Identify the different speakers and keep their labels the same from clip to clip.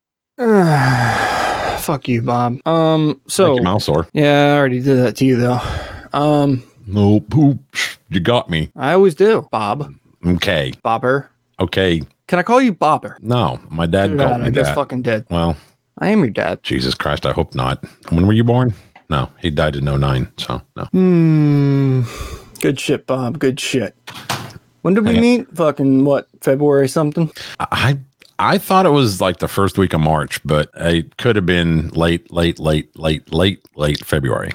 Speaker 1: Fuck you, Bob. Um, so
Speaker 2: Make your mouth sore.
Speaker 1: yeah, I already did that to you though. Um,
Speaker 2: No poop. You got me.
Speaker 1: I always do, Bob.
Speaker 2: Okay.
Speaker 1: Bobber.
Speaker 2: Okay.
Speaker 1: Can I call you Bobber?
Speaker 2: No, my dad
Speaker 1: Dude,
Speaker 2: called
Speaker 1: I
Speaker 2: me
Speaker 1: guess
Speaker 2: that.
Speaker 1: fucking dead.
Speaker 2: well,
Speaker 1: I am your dad.
Speaker 2: Jesus Christ, I hope not. When were you born? No, he died in 09. So, no.
Speaker 1: Hmm. Good shit, Bob. Good shit. When did we
Speaker 2: Yeah.
Speaker 1: meet? Fucking what? February something?
Speaker 2: I I thought it was like the first week of March, but it could have been late, late, late, late, late, late February.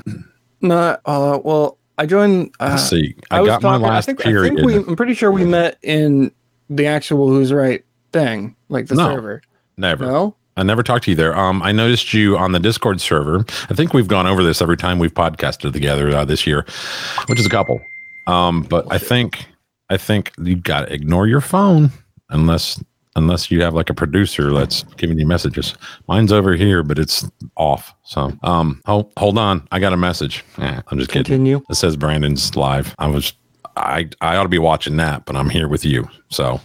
Speaker 1: No. Uh. Well, I joined. Uh,
Speaker 2: Let's see. I, got my
Speaker 1: I
Speaker 2: last
Speaker 1: think, I
Speaker 2: period.
Speaker 1: think we, I'm pretty sure we met in the actual Who's Right thing, like the
Speaker 2: No.
Speaker 1: server.
Speaker 2: Never.
Speaker 1: No.
Speaker 2: I never talked to you there. Um, I noticed you on the Discord server. I think we've gone over this every time we've podcasted together uh, this year, which is a couple. Um, but I think I think you got to ignore your phone unless unless you have like a producer that's giving you messages. Mine's over here, but it's off. So um, hold hold on, I got a message. Eh, I'm just kidding.
Speaker 1: Continue.
Speaker 2: It says Brandon's live. I was I I ought to be watching that, but I'm here with you. So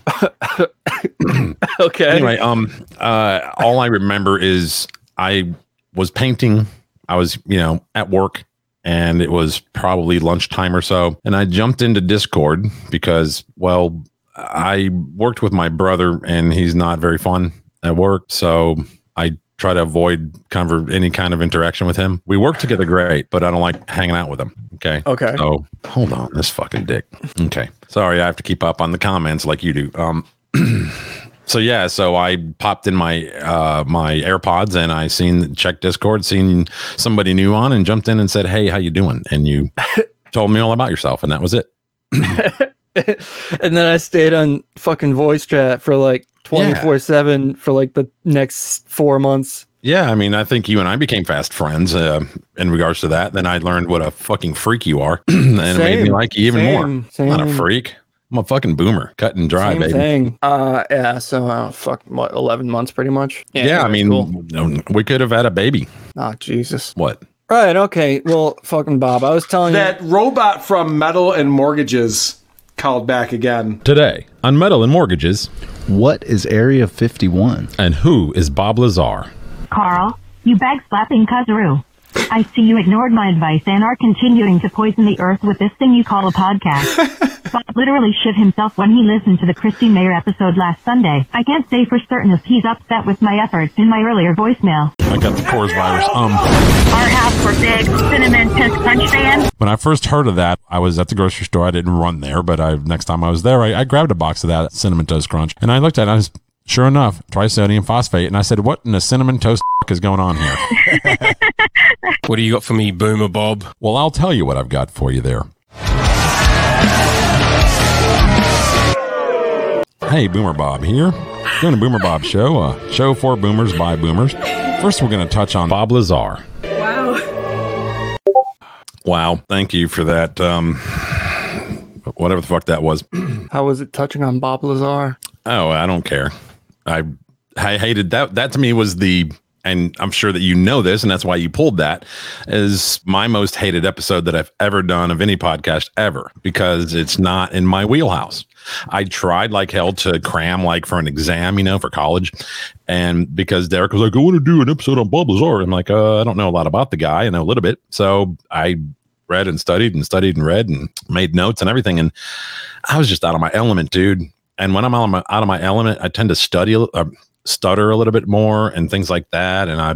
Speaker 1: Okay.
Speaker 2: anyway, um, uh, all I remember is I was painting. I was, you know, at work, and it was probably lunchtime or so. And I jumped into Discord because, well, I worked with my brother, and he's not very fun at work, so I try to avoid conver- any kind of interaction with him. We work together great, but I don't like hanging out with him. Okay.
Speaker 1: Okay.
Speaker 2: So Oh, hold on, this fucking dick. Okay, sorry, I have to keep up on the comments like you do. Um, so yeah, so I popped in my uh my AirPods and I seen check Discord, seen somebody new on, and jumped in and said, "Hey, how you doing?" And you told me all about yourself, and that was it.
Speaker 1: and then I stayed on fucking voice chat for like 24 7 for like the next four months.
Speaker 2: Yeah, I mean, I think you and I became fast friends uh, in regards to that. Then I learned what a fucking freak you are, and it made me
Speaker 1: Same,
Speaker 2: like you even more.
Speaker 1: Same-
Speaker 2: I'm not a
Speaker 1: same-
Speaker 2: freak. I'm a fucking boomer, cut and dry,
Speaker 1: same
Speaker 2: baby.
Speaker 1: thing. Uh, yeah. So, uh, fuck, what, 11 months pretty much?
Speaker 2: Yeah, I mean, we could have had a baby.
Speaker 1: Oh, Jesus.
Speaker 2: What?
Speaker 1: Right. Okay. Well, fucking Bob, I was telling you.
Speaker 3: That robot from Metal and Mortgages called back again.
Speaker 2: Today on Metal and Mortgages,
Speaker 4: What is Area 51?
Speaker 2: and who is Bob Lazar?
Speaker 5: Carl, you bag slapping Kazaroo. I see you ignored my advice and are continuing to poison the earth with this thing you call a podcast. Bob literally shit himself when he listened to the Christy Mayer episode last Sunday. I can't say for certain if he's upset with my efforts in my earlier voicemail.
Speaker 2: I got the Coors virus. Um,
Speaker 5: Our house for big cinnamon piss crunch fans.
Speaker 2: when I first heard of that, I was at the grocery store. I didn't run there, but I next time I was there, I, I grabbed a box of that cinnamon toast crunch, and I looked at it. And I was sure enough trisodium phosphate, and I said, "What in the cinnamon toast is going on here?"
Speaker 6: What do you got for me, Boomer Bob?
Speaker 2: Well, I'll tell you what I've got for you there. Hey, Boomer Bob here. Doing a Boomer Bob show, a show for boomers by boomers. First, we're going to touch on Bob Lazar. Wow. Wow. Thank you for that. Um, whatever the fuck that was.
Speaker 1: How was it touching on Bob Lazar?
Speaker 2: Oh, I don't care. I I hated that. That to me was the and I'm sure that you know this, and that's why you pulled that is my most hated episode that I've ever done of any podcast ever because it's not in my wheelhouse. I tried like hell to cram like for an exam, you know, for college. And because Derek was like, I want to do an episode on Bob Lazar. I'm like, uh, I don't know a lot about the guy. I know a little bit. So I read and studied and studied and read and made notes and everything. And I was just out of my element, dude. And when I'm out of my, out of my element, I tend to study, uh, stutter a little bit more and things like that. And I,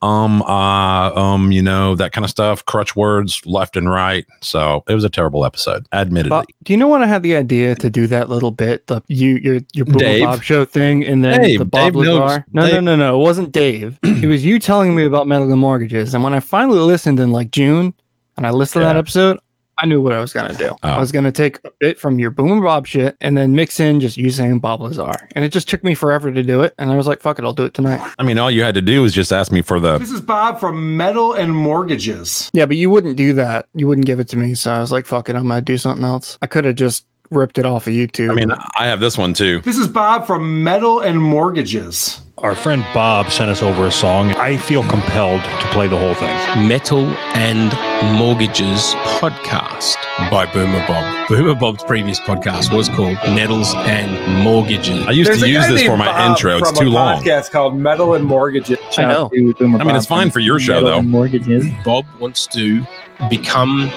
Speaker 2: um, uh, um, you know, that kind of stuff, crutch words left and right. So it was a terrible episode, admittedly.
Speaker 1: Bob, do you know when I had the idea to do that little bit, the you your your Boomer
Speaker 2: Dave.
Speaker 1: Bob show thing, and then
Speaker 2: Dave,
Speaker 1: the Bob
Speaker 2: Dave knows.
Speaker 1: Lazar? No, no,
Speaker 2: Dave-
Speaker 1: no, no. It wasn't Dave. it was you telling me about medical mortgages, and when I finally listened in like June, and I listened to that
Speaker 2: Yeah.
Speaker 1: episode, I knew what I was gonna do. I
Speaker 2: Oh.
Speaker 1: was gonna take a bit from your Boomer Bob shit, and then mix in just you saying Bob Lazar, and it just took me forever to do it, and I was like, fuck it, I'll do it tonight.
Speaker 2: I mean, all you had to do was just ask me for the
Speaker 3: This is Bob from Metal and Mortgages.
Speaker 1: Yeah, but you wouldn't do that. You wouldn't give it to me, so I was like, fuck it, I'm gonna do something else. I could have just ripped it off of YouTube.
Speaker 2: I mean, I have this one too.
Speaker 3: This is Bob from Metal and Mortgages.
Speaker 7: Our friend Bob sent us over a song. I feel compelled to play the whole thing.
Speaker 6: Metal and Mortgages podcast by Boomer Bob. Boomer Bob's previous podcast was called Nettles and Mortgages.
Speaker 2: I used
Speaker 3: There's
Speaker 2: to
Speaker 3: a
Speaker 2: use
Speaker 3: guy
Speaker 2: this
Speaker 3: named
Speaker 2: for my
Speaker 3: Bob
Speaker 2: intro. It's
Speaker 3: from a
Speaker 2: too long.
Speaker 3: Podcast called Metal and Mortgages.
Speaker 1: I know.
Speaker 2: I mean, it's fine for your show, though.
Speaker 4: Mortgages.
Speaker 6: Bob wants to become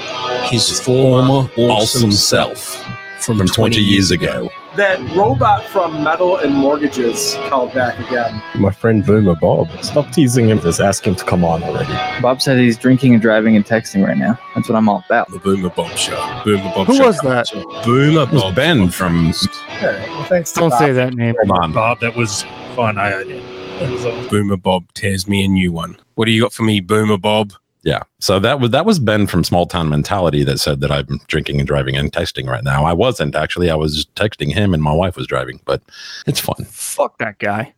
Speaker 6: his former awesome,
Speaker 2: awesome
Speaker 6: self from,
Speaker 2: From 20 years ago.
Speaker 3: That robot from Metal and Mortgages called back again.
Speaker 8: My friend Boomer Bob. Stop teasing him. Just ask him to come on already.
Speaker 9: Bob said he's drinking and driving and texting right now. That's what I'm all about.
Speaker 6: The Boomer Bob Show. Boomer Bob
Speaker 1: Who
Speaker 6: Show.
Speaker 1: was that?
Speaker 6: Boomer
Speaker 2: It was
Speaker 6: Bob.
Speaker 2: Ben from-
Speaker 3: Okay, well, thanks to
Speaker 1: Don't
Speaker 3: Bob.
Speaker 1: say that name.
Speaker 2: Hold on.
Speaker 7: Bob, that was fun. I, I that was a-
Speaker 6: Boomer Bob tears me a new one. What do you got for me, Boomer Bob?
Speaker 2: Yeah. So that was that was Ben from Small Town Mentality that said that I'm drinking and driving and texting right now. I wasn't actually. I was texting him and my wife was driving, but it's fun.
Speaker 1: Fuck that guy.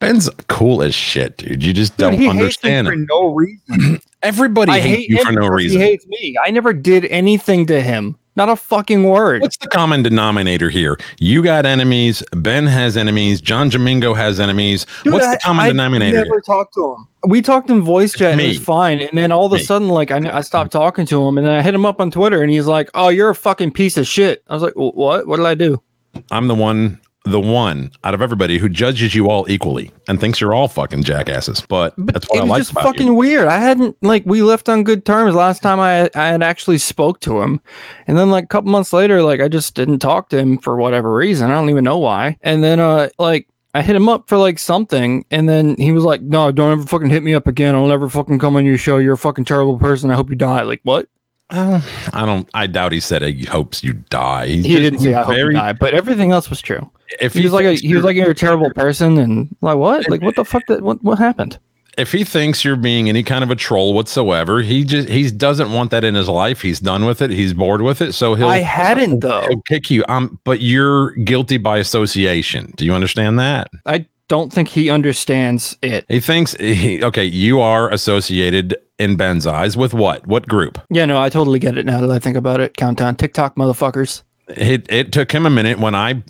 Speaker 2: Ben's cool as shit, dude. You just
Speaker 1: Dude,
Speaker 2: don't
Speaker 1: he hates me
Speaker 2: understand
Speaker 1: for
Speaker 2: him.
Speaker 1: no reason.
Speaker 2: Everybody
Speaker 1: I
Speaker 2: hates
Speaker 1: hate
Speaker 2: you
Speaker 1: him
Speaker 2: for no
Speaker 1: because
Speaker 2: reason.
Speaker 1: He hates me. I never did anything to him. Not a fucking word.
Speaker 2: What's the common denominator here? You got enemies. Ben has enemies. John Domingo has enemies.
Speaker 1: Dude,
Speaker 2: What's
Speaker 1: I-
Speaker 2: the common
Speaker 1: I
Speaker 2: denominator?
Speaker 1: Never talked to him. We talked in voice chat. And it was
Speaker 2: Me.
Speaker 1: fine, and then all of a
Speaker 2: Me.
Speaker 1: sudden, like I, I stopped talking to him, and then I hit him up on Twitter, and he's like, "Oh, you're a fucking piece of shit." I was like, "Wh- "What? What did I do?"
Speaker 2: I'm the one, the one out of everybody who judges you all equally and thinks you're all fucking jackasses. But, that's what
Speaker 1: it
Speaker 2: I
Speaker 1: was
Speaker 2: like
Speaker 1: just
Speaker 2: about
Speaker 1: fucking
Speaker 2: you.
Speaker 1: weird. I hadn't like we left on good terms last time I I had actually spoke to him, and then like a couple months later, like I just didn't talk to him for whatever reason. I don't even know why. And then uh like I hit him up for like something, and then he was like, "No, don't ever fucking hit me up again. I'll never fucking come on your show. You're a fucking terrible person. I hope you die." Like what?
Speaker 2: Uh, I don't. I doubt he said he hopes you die. He's
Speaker 1: He
Speaker 2: just
Speaker 1: didn't say I hope you
Speaker 2: very-
Speaker 1: die, but everything else was true.
Speaker 2: If
Speaker 1: He was like a,
Speaker 2: thinks
Speaker 1: he was
Speaker 2: you're-
Speaker 1: like you're a terrible person, and like what? Like what the fuck? That what what happened?
Speaker 2: if he thinks you're being any kind of a troll whatsoever, he just he doesn't want that in his life. He's done with it. He's bored with it. So he'll
Speaker 1: I hadn't though.
Speaker 2: he'll kick you. Um, but you're guilty by association. Do you understand that?
Speaker 1: I don't think he understands it.
Speaker 2: He thinks he, okay, you are associated in Ben's eyes with what? What group?
Speaker 1: Yeah, no, I totally get it now that I think about it. Countdown, TikTok, motherfuckers.
Speaker 2: it it took him a minute when I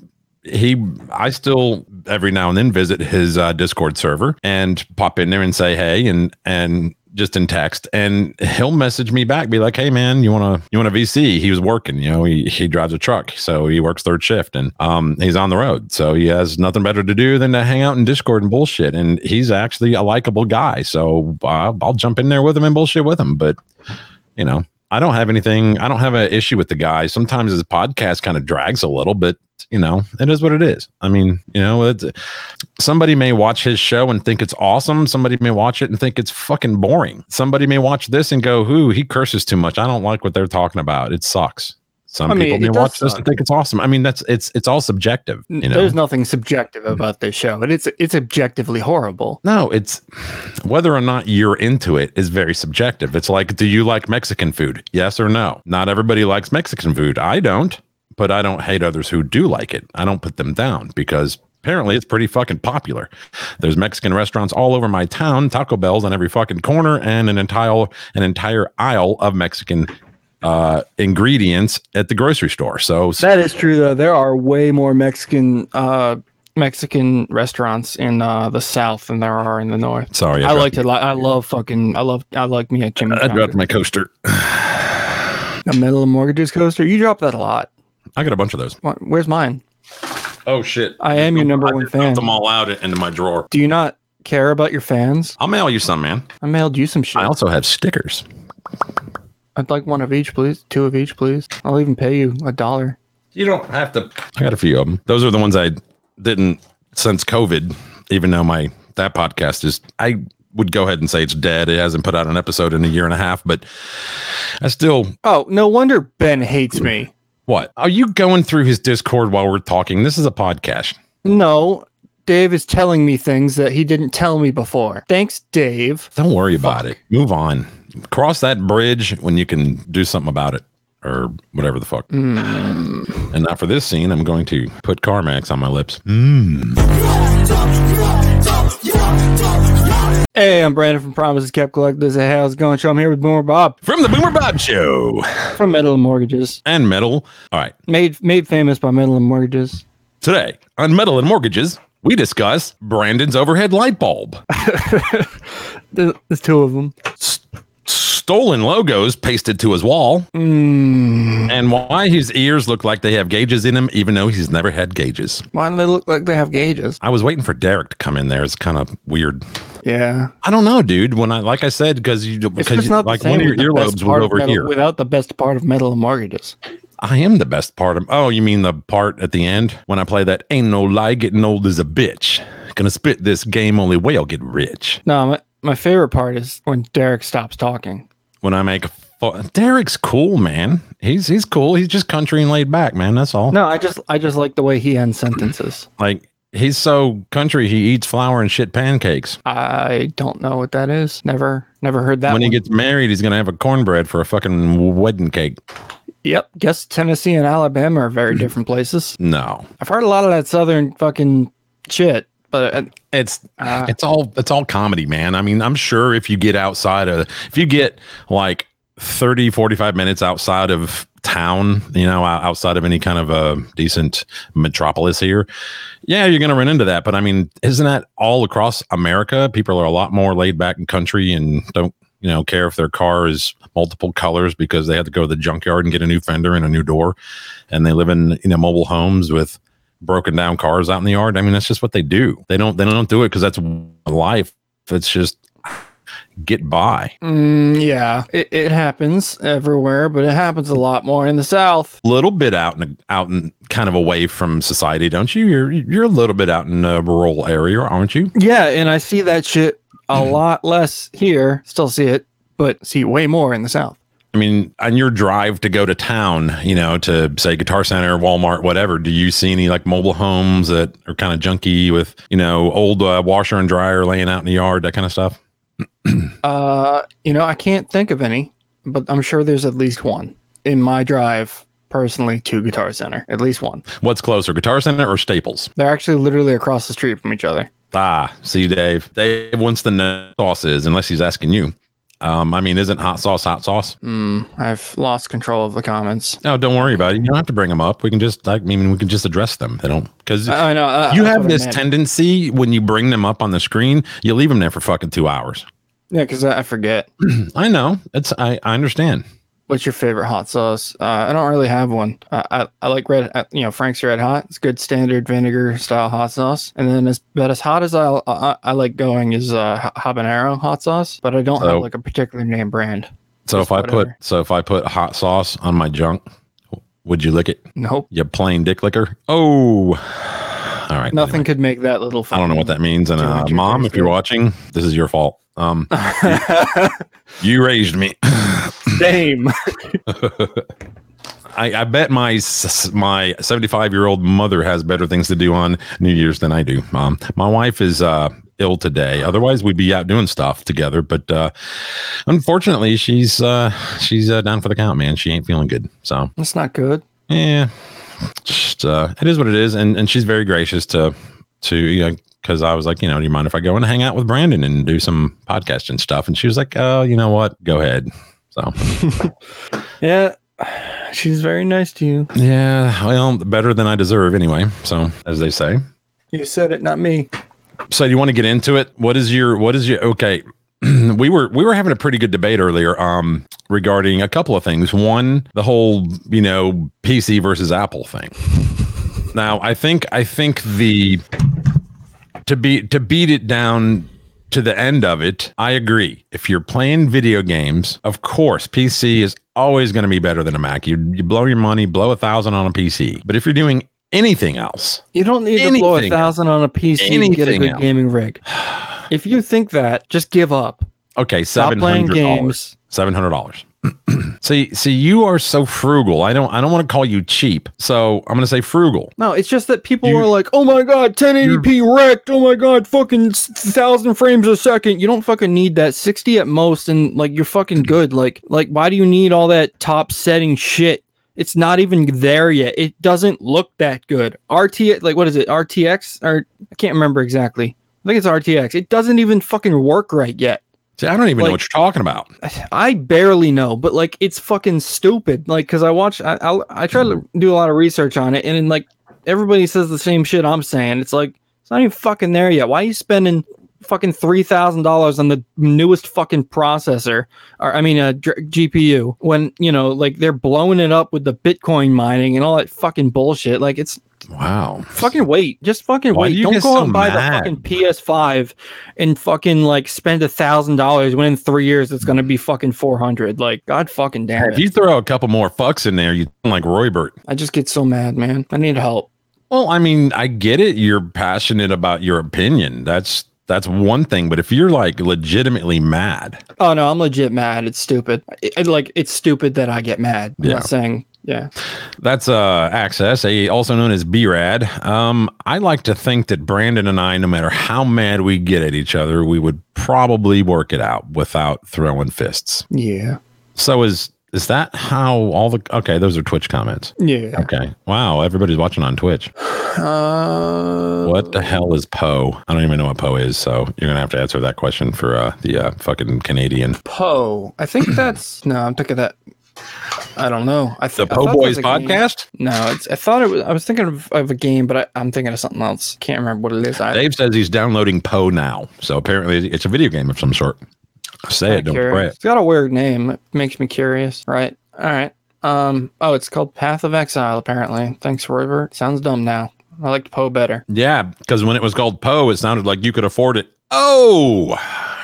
Speaker 2: he I still every now and then visit his uh, Discord server and pop in there and say hey and and just in text and he'll message me back be like hey man you want to you want a VC he was working you know he, he drives a truck so he works third shift and um he's on the road so he has nothing better to do than to hang out in discord and bullshit and he's actually a likable guy so uh, I'll jump in there with him and bullshit with him but you know, I don't have anything. I don't have an issue with the guy. Sometimes his podcast kind of drags a little, but you know, it is what it is. I mean, you know, it's, somebody may watch his show and think it's awesome. Somebody may watch it and think it's fucking boring. Somebody may watch this and go, "Who he curses too much. I don't like what they're talking about. It sucks." Some
Speaker 1: I mean,
Speaker 2: people
Speaker 1: it
Speaker 2: may
Speaker 1: does
Speaker 2: watch this
Speaker 1: suck.
Speaker 2: and think it's awesome. I mean, that's it's it's all subjective.
Speaker 1: N-
Speaker 2: You know, Mm-hmm.
Speaker 1: There's nothing subjective about this show, and it's it's objectively horrible.
Speaker 2: No, it's whether or not you're into it is very subjective. It's like, do you like Mexican food? Yes or no? Not everybody likes Mexican food. I don't, but I don't hate others who do like it. I don't put them down because apparently it's pretty fucking popular. There's Mexican restaurants all over my town, Taco Bell's on every fucking corner, and an entire an entire aisle of Mexican uh ingredients at the grocery store. So
Speaker 1: That is true though. There are way more Mexican uh Mexican restaurants in uh the south than there are in the north.
Speaker 2: sorry,
Speaker 1: I
Speaker 2: dropped-
Speaker 1: like to li- I love fucking I love I like me at Jimmy.
Speaker 2: I dropped
Speaker 1: John's.
Speaker 2: my coaster.
Speaker 1: The metal and mortgages coaster. You drop that a lot.
Speaker 2: I got a bunch of those.
Speaker 1: Wh- Where's mine?
Speaker 2: Oh shit.
Speaker 1: I am your number
Speaker 2: I
Speaker 1: one
Speaker 2: just dumped
Speaker 1: fan.
Speaker 2: them all out into my drawer.
Speaker 1: Do you not care about your fans?
Speaker 2: I'll mail you some, man.
Speaker 1: I mailed you some shit.
Speaker 2: I also have stickers.
Speaker 1: I'd like one of each, please. Two of each, please. I'll even pay you a dollar.
Speaker 2: You don't have to. I got a few of them. Those are the ones I didn't since COVID. Even though my that podcast is, I would go ahead and say it's dead. It hasn't put out an episode in a year and a half, but I still.
Speaker 1: Oh, no wonder Ben hates me.
Speaker 2: What are you going through his Discord while we're talking? This is a podcast.
Speaker 1: No, Dave is telling me things that he didn't tell me before. Thanks, Dave.
Speaker 2: Don't worry about it. Move on. Cross that bridge when you can do something about it or whatever the fuck. And now for this scene, I'm going to put Carmax on my lips.
Speaker 1: Hey, I'm Brandon from Promises Kept Collectors. Hey, how's it going? So I'm here with Boomer Bob
Speaker 2: From the Boomer Bob Show
Speaker 1: from Metal and Mortgages,
Speaker 2: and Metal. All right.
Speaker 1: made made famous by Metal and Mortgages.
Speaker 2: Today on Metal and Mortgages, we discuss Brandon's overhead light bulb,
Speaker 1: Th- There's two of them.
Speaker 2: stolen logos pasted to his wall, and why his ears look like they have gauges in them, even though he's never had gauges.
Speaker 1: Why do they look like they have gauges?
Speaker 2: I was waiting for Derek to come in there. It's kind of weird.
Speaker 1: Yeah,
Speaker 2: I don't know, dude. When I, like I said, because you,
Speaker 1: it's
Speaker 2: because
Speaker 1: just
Speaker 2: you,
Speaker 1: not
Speaker 2: like
Speaker 1: the same.
Speaker 2: one of your
Speaker 1: with the best
Speaker 2: earlobes
Speaker 1: part
Speaker 2: was
Speaker 1: of
Speaker 2: over
Speaker 1: metal-
Speaker 2: here.
Speaker 1: without the best part of Metal and Mortgages.
Speaker 2: I am the best part of. Oh, you mean the part at the end when I play that "Ain't No Lie, Getting Old is a Bitch." Gonna spit this game only way I'll get rich
Speaker 1: No, my, my favorite part is when Derek stops talking.
Speaker 2: when I make. a fu- Derek's cool, man. He's he's cool. He's just country and laid back, man. That's all.
Speaker 1: No, I just I just like the way he ends sentences.
Speaker 2: Like he's so country. He eats flour and shit pancakes.
Speaker 1: I don't know what that is. Never never heard that.
Speaker 2: when he
Speaker 1: one.
Speaker 2: gets married, he's gonna have a cornbread for a fucking wedding cake.
Speaker 1: yep, guess Tennessee and Alabama are very different places.
Speaker 2: No,
Speaker 1: I've heard a lot of that southern fucking shit, but uh,
Speaker 2: it's
Speaker 1: Ah.
Speaker 2: it's all it's all comedy man i mean i'm sure if you get outside of if you get like 30 45 minutes outside of town you know out- outside of any kind of a decent metropolis here yeah you're gonna run into that but i mean isn't that all across america people are a lot more laid back in country and don't you know care if their car is multiple colors because they had to go to the junkyard and get a new fender and a new door and they live in you know mobile homes with broken down cars out in the yard. I mean, that's just what they do. They don't they don't do it because that's life. It's just get by.
Speaker 1: mm, yeah, it, it happens everywhere, but it happens a lot more in the south.
Speaker 2: A little bit out and out and kind of away from society, don't you? You're you're a little bit out in a rural area, aren't you?
Speaker 1: Yeah, and I see that shit a lot less here. Still see it, but see way more in the south.
Speaker 2: I mean, on your drive to go to town, you know, to say Guitar Center, Walmart, whatever, do you see any like mobile homes that are kind of junky with, you know, old uh, washer and dryer laying out in the yard, that kind of stuff?
Speaker 1: Uh, you know, I can't think of any, but I'm sure there's at least one in my drive personally to Guitar Center. At least one.
Speaker 2: What's closer, Guitar Center or Staples?
Speaker 1: They're actually literally across the street from each other.
Speaker 2: Ah, see, Dave. Dave wants to know what sauce is, unless he's asking you. Um, I mean, isn't hot sauce hot sauce?
Speaker 1: Mm. I've lost control of the comments.
Speaker 2: No, don't worry about it. You don't have to bring them up. We can just, like, I mean, we can just address them. They don't because
Speaker 1: I know. uh,
Speaker 2: you
Speaker 1: that's
Speaker 2: have
Speaker 1: what I
Speaker 2: this
Speaker 1: meant.
Speaker 2: tendency when you bring them up on the screen, you leave them there for fucking two hours.
Speaker 1: Yeah, because I I forget.
Speaker 2: I know. It's I, I understand.
Speaker 1: What's your favorite hot sauce? Uh, I don't really have one. I, I, I like red, uh, you know, Frank's Red Hot. It's good standard vinegar style hot sauce. And then as but as hot as I I, I like going is uh, ha- habanero hot sauce. But I don't
Speaker 2: So-
Speaker 1: have like a particular name brand.
Speaker 2: So if I put
Speaker 1: whatever.
Speaker 2: so if I put hot sauce on my junk, would you lick it?
Speaker 1: Nope,
Speaker 2: You plain dick licker. Oh, all right.
Speaker 1: nothing
Speaker 2: anyway.
Speaker 1: could make that little.
Speaker 2: I don't know what that means. And
Speaker 1: Too
Speaker 2: uh,
Speaker 1: much
Speaker 2: mom, if you're
Speaker 1: information.
Speaker 2: watching, this is your fault. Um,
Speaker 1: that.
Speaker 2: you raised me.
Speaker 1: Same.
Speaker 2: I, I bet my s- my 75 year old mother has better things to do on New Year's than I do. Mom, my wife is uh, ill today. Otherwise, we'd be out doing stuff together. But uh, unfortunately, she's uh, she's uh, down for the count, man. She ain't feeling good. So
Speaker 1: That's not good.
Speaker 2: yeah, just, uh, it is what it is. And and she's very gracious to to you know because I was like, you know, do you mind if I go and hang out with Brandon and do some podcast and stuff? And she was like, oh, you know what, go ahead. So.
Speaker 1: Yeah, she's very nice to you.
Speaker 2: Yeah, well, better than I deserve anyway. So, as they say.
Speaker 1: You said it, not me.
Speaker 2: So, do you want to get into it? What is your what is your okay, we were we were having a pretty good debate earlier um regarding a couple of things. One, the whole, you know, PC versus Apple thing. Now, I think I think the to be to beat it down to the end of it, I agree. If you're playing video games, of course, PC is always going to be better than a Mac. You you blow your money, blow a thousand on a PC. But if you're doing anything else,
Speaker 1: You don't need to blow a
Speaker 2: Anything.
Speaker 1: thousand on a PC to get a
Speaker 2: Anything
Speaker 1: good
Speaker 2: else.
Speaker 1: gaming rig. If you think that, just give up.
Speaker 2: okay,
Speaker 1: Stop
Speaker 2: seven
Speaker 1: playing
Speaker 2: hundred dollars.
Speaker 1: games.
Speaker 2: seven hundred dollars. see, see, you are so frugal. I don't, I don't want to call you cheap. So I'm going to say frugal.
Speaker 1: No, it's just that people
Speaker 2: You-
Speaker 1: are like, "Oh my god, 1080p wrecked. Oh my god, fucking s- thousand frames a second. You don't fucking need that. 60 at most, and like you're fucking good. Like, like why do you need all that top setting shit? It's not even there yet. It doesn't look that good. RT, like what is it? RTX or I can't remember exactly. I think it's RTX. It doesn't even fucking work right yet.
Speaker 2: See, I don't even know
Speaker 1: Like-
Speaker 2: what you're talking about.
Speaker 1: I barely know, but like it's fucking stupid. Like because I watch, I, I I try to do a lot of research on it, and then, like everybody says the same shit I'm saying. It's like it's not even fucking there yet. Why are you spending fucking three thousand dollars on the newest fucking processor, or I mean uh, a dr- GPU, when you know like they're blowing it up with the Bitcoin mining and all that fucking bullshit? Like it's
Speaker 2: Wow.
Speaker 1: Fucking wait. Just fucking
Speaker 2: Why
Speaker 1: wait.
Speaker 2: do you
Speaker 1: Don't
Speaker 2: get
Speaker 1: go
Speaker 2: so
Speaker 1: out and buy
Speaker 2: mad?
Speaker 1: the fucking PS5 and fucking like spend a thousand dollars when in three years it's gonna be fucking four hundred. Like God fucking damn
Speaker 2: If
Speaker 1: it.
Speaker 2: you throw a couple more fucks in there, you sound like Roybert.
Speaker 1: I just get so mad, man. I need help.
Speaker 2: Well, I mean, I get it. You're passionate about your opinion. That's that's one thing. But if you're like legitimately mad,
Speaker 1: Oh no, I'm legit mad. It's stupid. It, it- like it's stupid that I get mad. I'm
Speaker 2: Yeah.
Speaker 1: not saying yeah.
Speaker 2: that's uh access, a, also known as BRAD. Um, I like to think that Brandon and I, no matter how mad we get at each other, we would probably work it out without throwing fists.
Speaker 1: Yeah.
Speaker 2: So is is that how all the okay? Those are Twitch comments.
Speaker 1: Yeah.
Speaker 2: Okay. Wow, everybody's watching on Twitch.
Speaker 1: Uh,
Speaker 2: What the hell is Poe? I don't even know what Poe is, so you're gonna have to answer that question for uh, the uh, fucking Canadian.
Speaker 1: Poe. I think that's no, I'm thinking that I don't know. I
Speaker 2: The
Speaker 1: think
Speaker 2: Po Boys podcast.
Speaker 1: No, it's, I thought it was. I was thinking of, of a game, but I, I'm thinking of something else. Can't remember what it is. I,
Speaker 2: Dave says he's downloading Poe now, so apparently it's a video game of some sort. Say it, don't
Speaker 1: curious.
Speaker 2: regret it.
Speaker 1: It's got a weird name. It makes me curious. Right. All right. Um. Oh, it's called Path of Exile. Apparently. Thanks, River. Sounds dumb now. I liked Poe better.
Speaker 2: Yeah, because when it was called Poe, it sounded like you could afford it. Oh,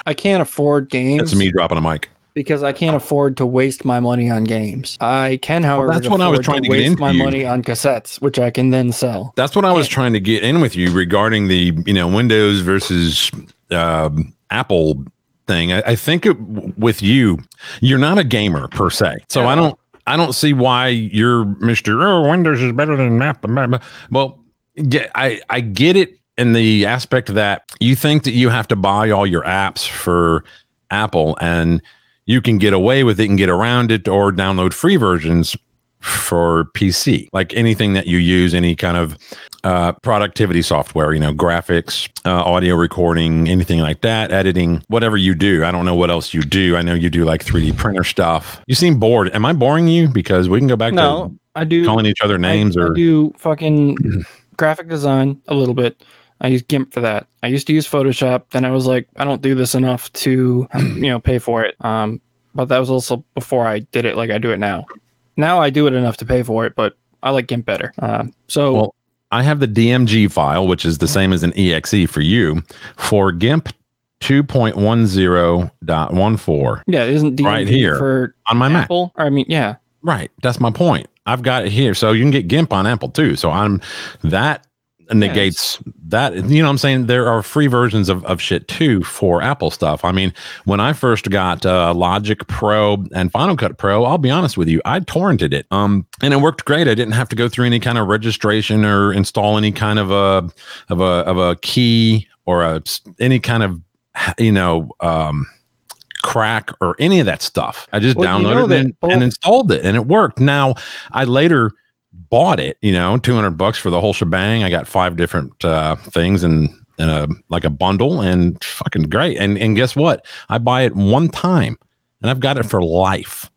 Speaker 1: I can't afford games
Speaker 2: that's me dropping a mic.
Speaker 1: because I can't afford to waste my money on games. I can, however,
Speaker 2: that's what I was
Speaker 1: afford
Speaker 2: trying to get
Speaker 1: waste
Speaker 2: into
Speaker 1: my
Speaker 2: you.
Speaker 1: money on cassettes, which I can then sell.
Speaker 2: That's what I was trying to get in with you regarding the you know Windows versus um, Apple thing. I, I think it, with you, you're not a gamer per se, so I don't I don't see why you're Mister oh, Windows is better than Apple. blah, blah." Well, yeah, I I get it in the aspect that you think that you have to buy all your apps for Apple and you can get away with it and get around it or download free versions for PC. Like anything that you use, any kind of uh, productivity software, you know, graphics, uh, audio recording, anything like that, editing, whatever you do. I don't know what else you do. I know you do like 3D printer stuff. You seem bored. Am I boring you? Because we can go back
Speaker 1: No, I do.
Speaker 2: to calling each other names
Speaker 1: I,
Speaker 2: or.
Speaker 1: I do fucking graphic design a little bit. I use GIMP for that. I used to use Photoshop. Then I was like, I don't do this enough to, you know, pay for it. Um, but that was also before I did it. Like I do it now. Now I do it enough to pay for it, but I like GIMP better. Uh, so
Speaker 2: Well, I have the DMG file, which is the same as an EXE for you, for GIMP 2.10.14
Speaker 1: yeah, isn't DMG
Speaker 2: right here
Speaker 1: for
Speaker 2: on my Mac.
Speaker 1: Apple? Or, I mean, yeah,
Speaker 2: Right. That's my point. I've got it here. So you can get GIMP on Apple too. So I'm that negates that. You know what I'm saying? There are free versions of, of shit too for Apple stuff. I mean, when I first got uh, Logic Pro and Final Cut Pro, I'll be honest with you, I torrented it. Um, and it worked great. I didn't have to go through any kind of registration or install any kind of uh, a of a of a key or a any kind of you know um crack or any of that stuff. I just
Speaker 1: Well,
Speaker 2: downloaded
Speaker 1: you know
Speaker 2: it
Speaker 1: that
Speaker 2: and,
Speaker 1: both-
Speaker 2: and installed it and it worked. Now I later bought it, you know, 200 bucks for the whole shebang. I got five different uh things and in a like a bundle and fucking great. And and guess what? I buy it one time and I've got it for life.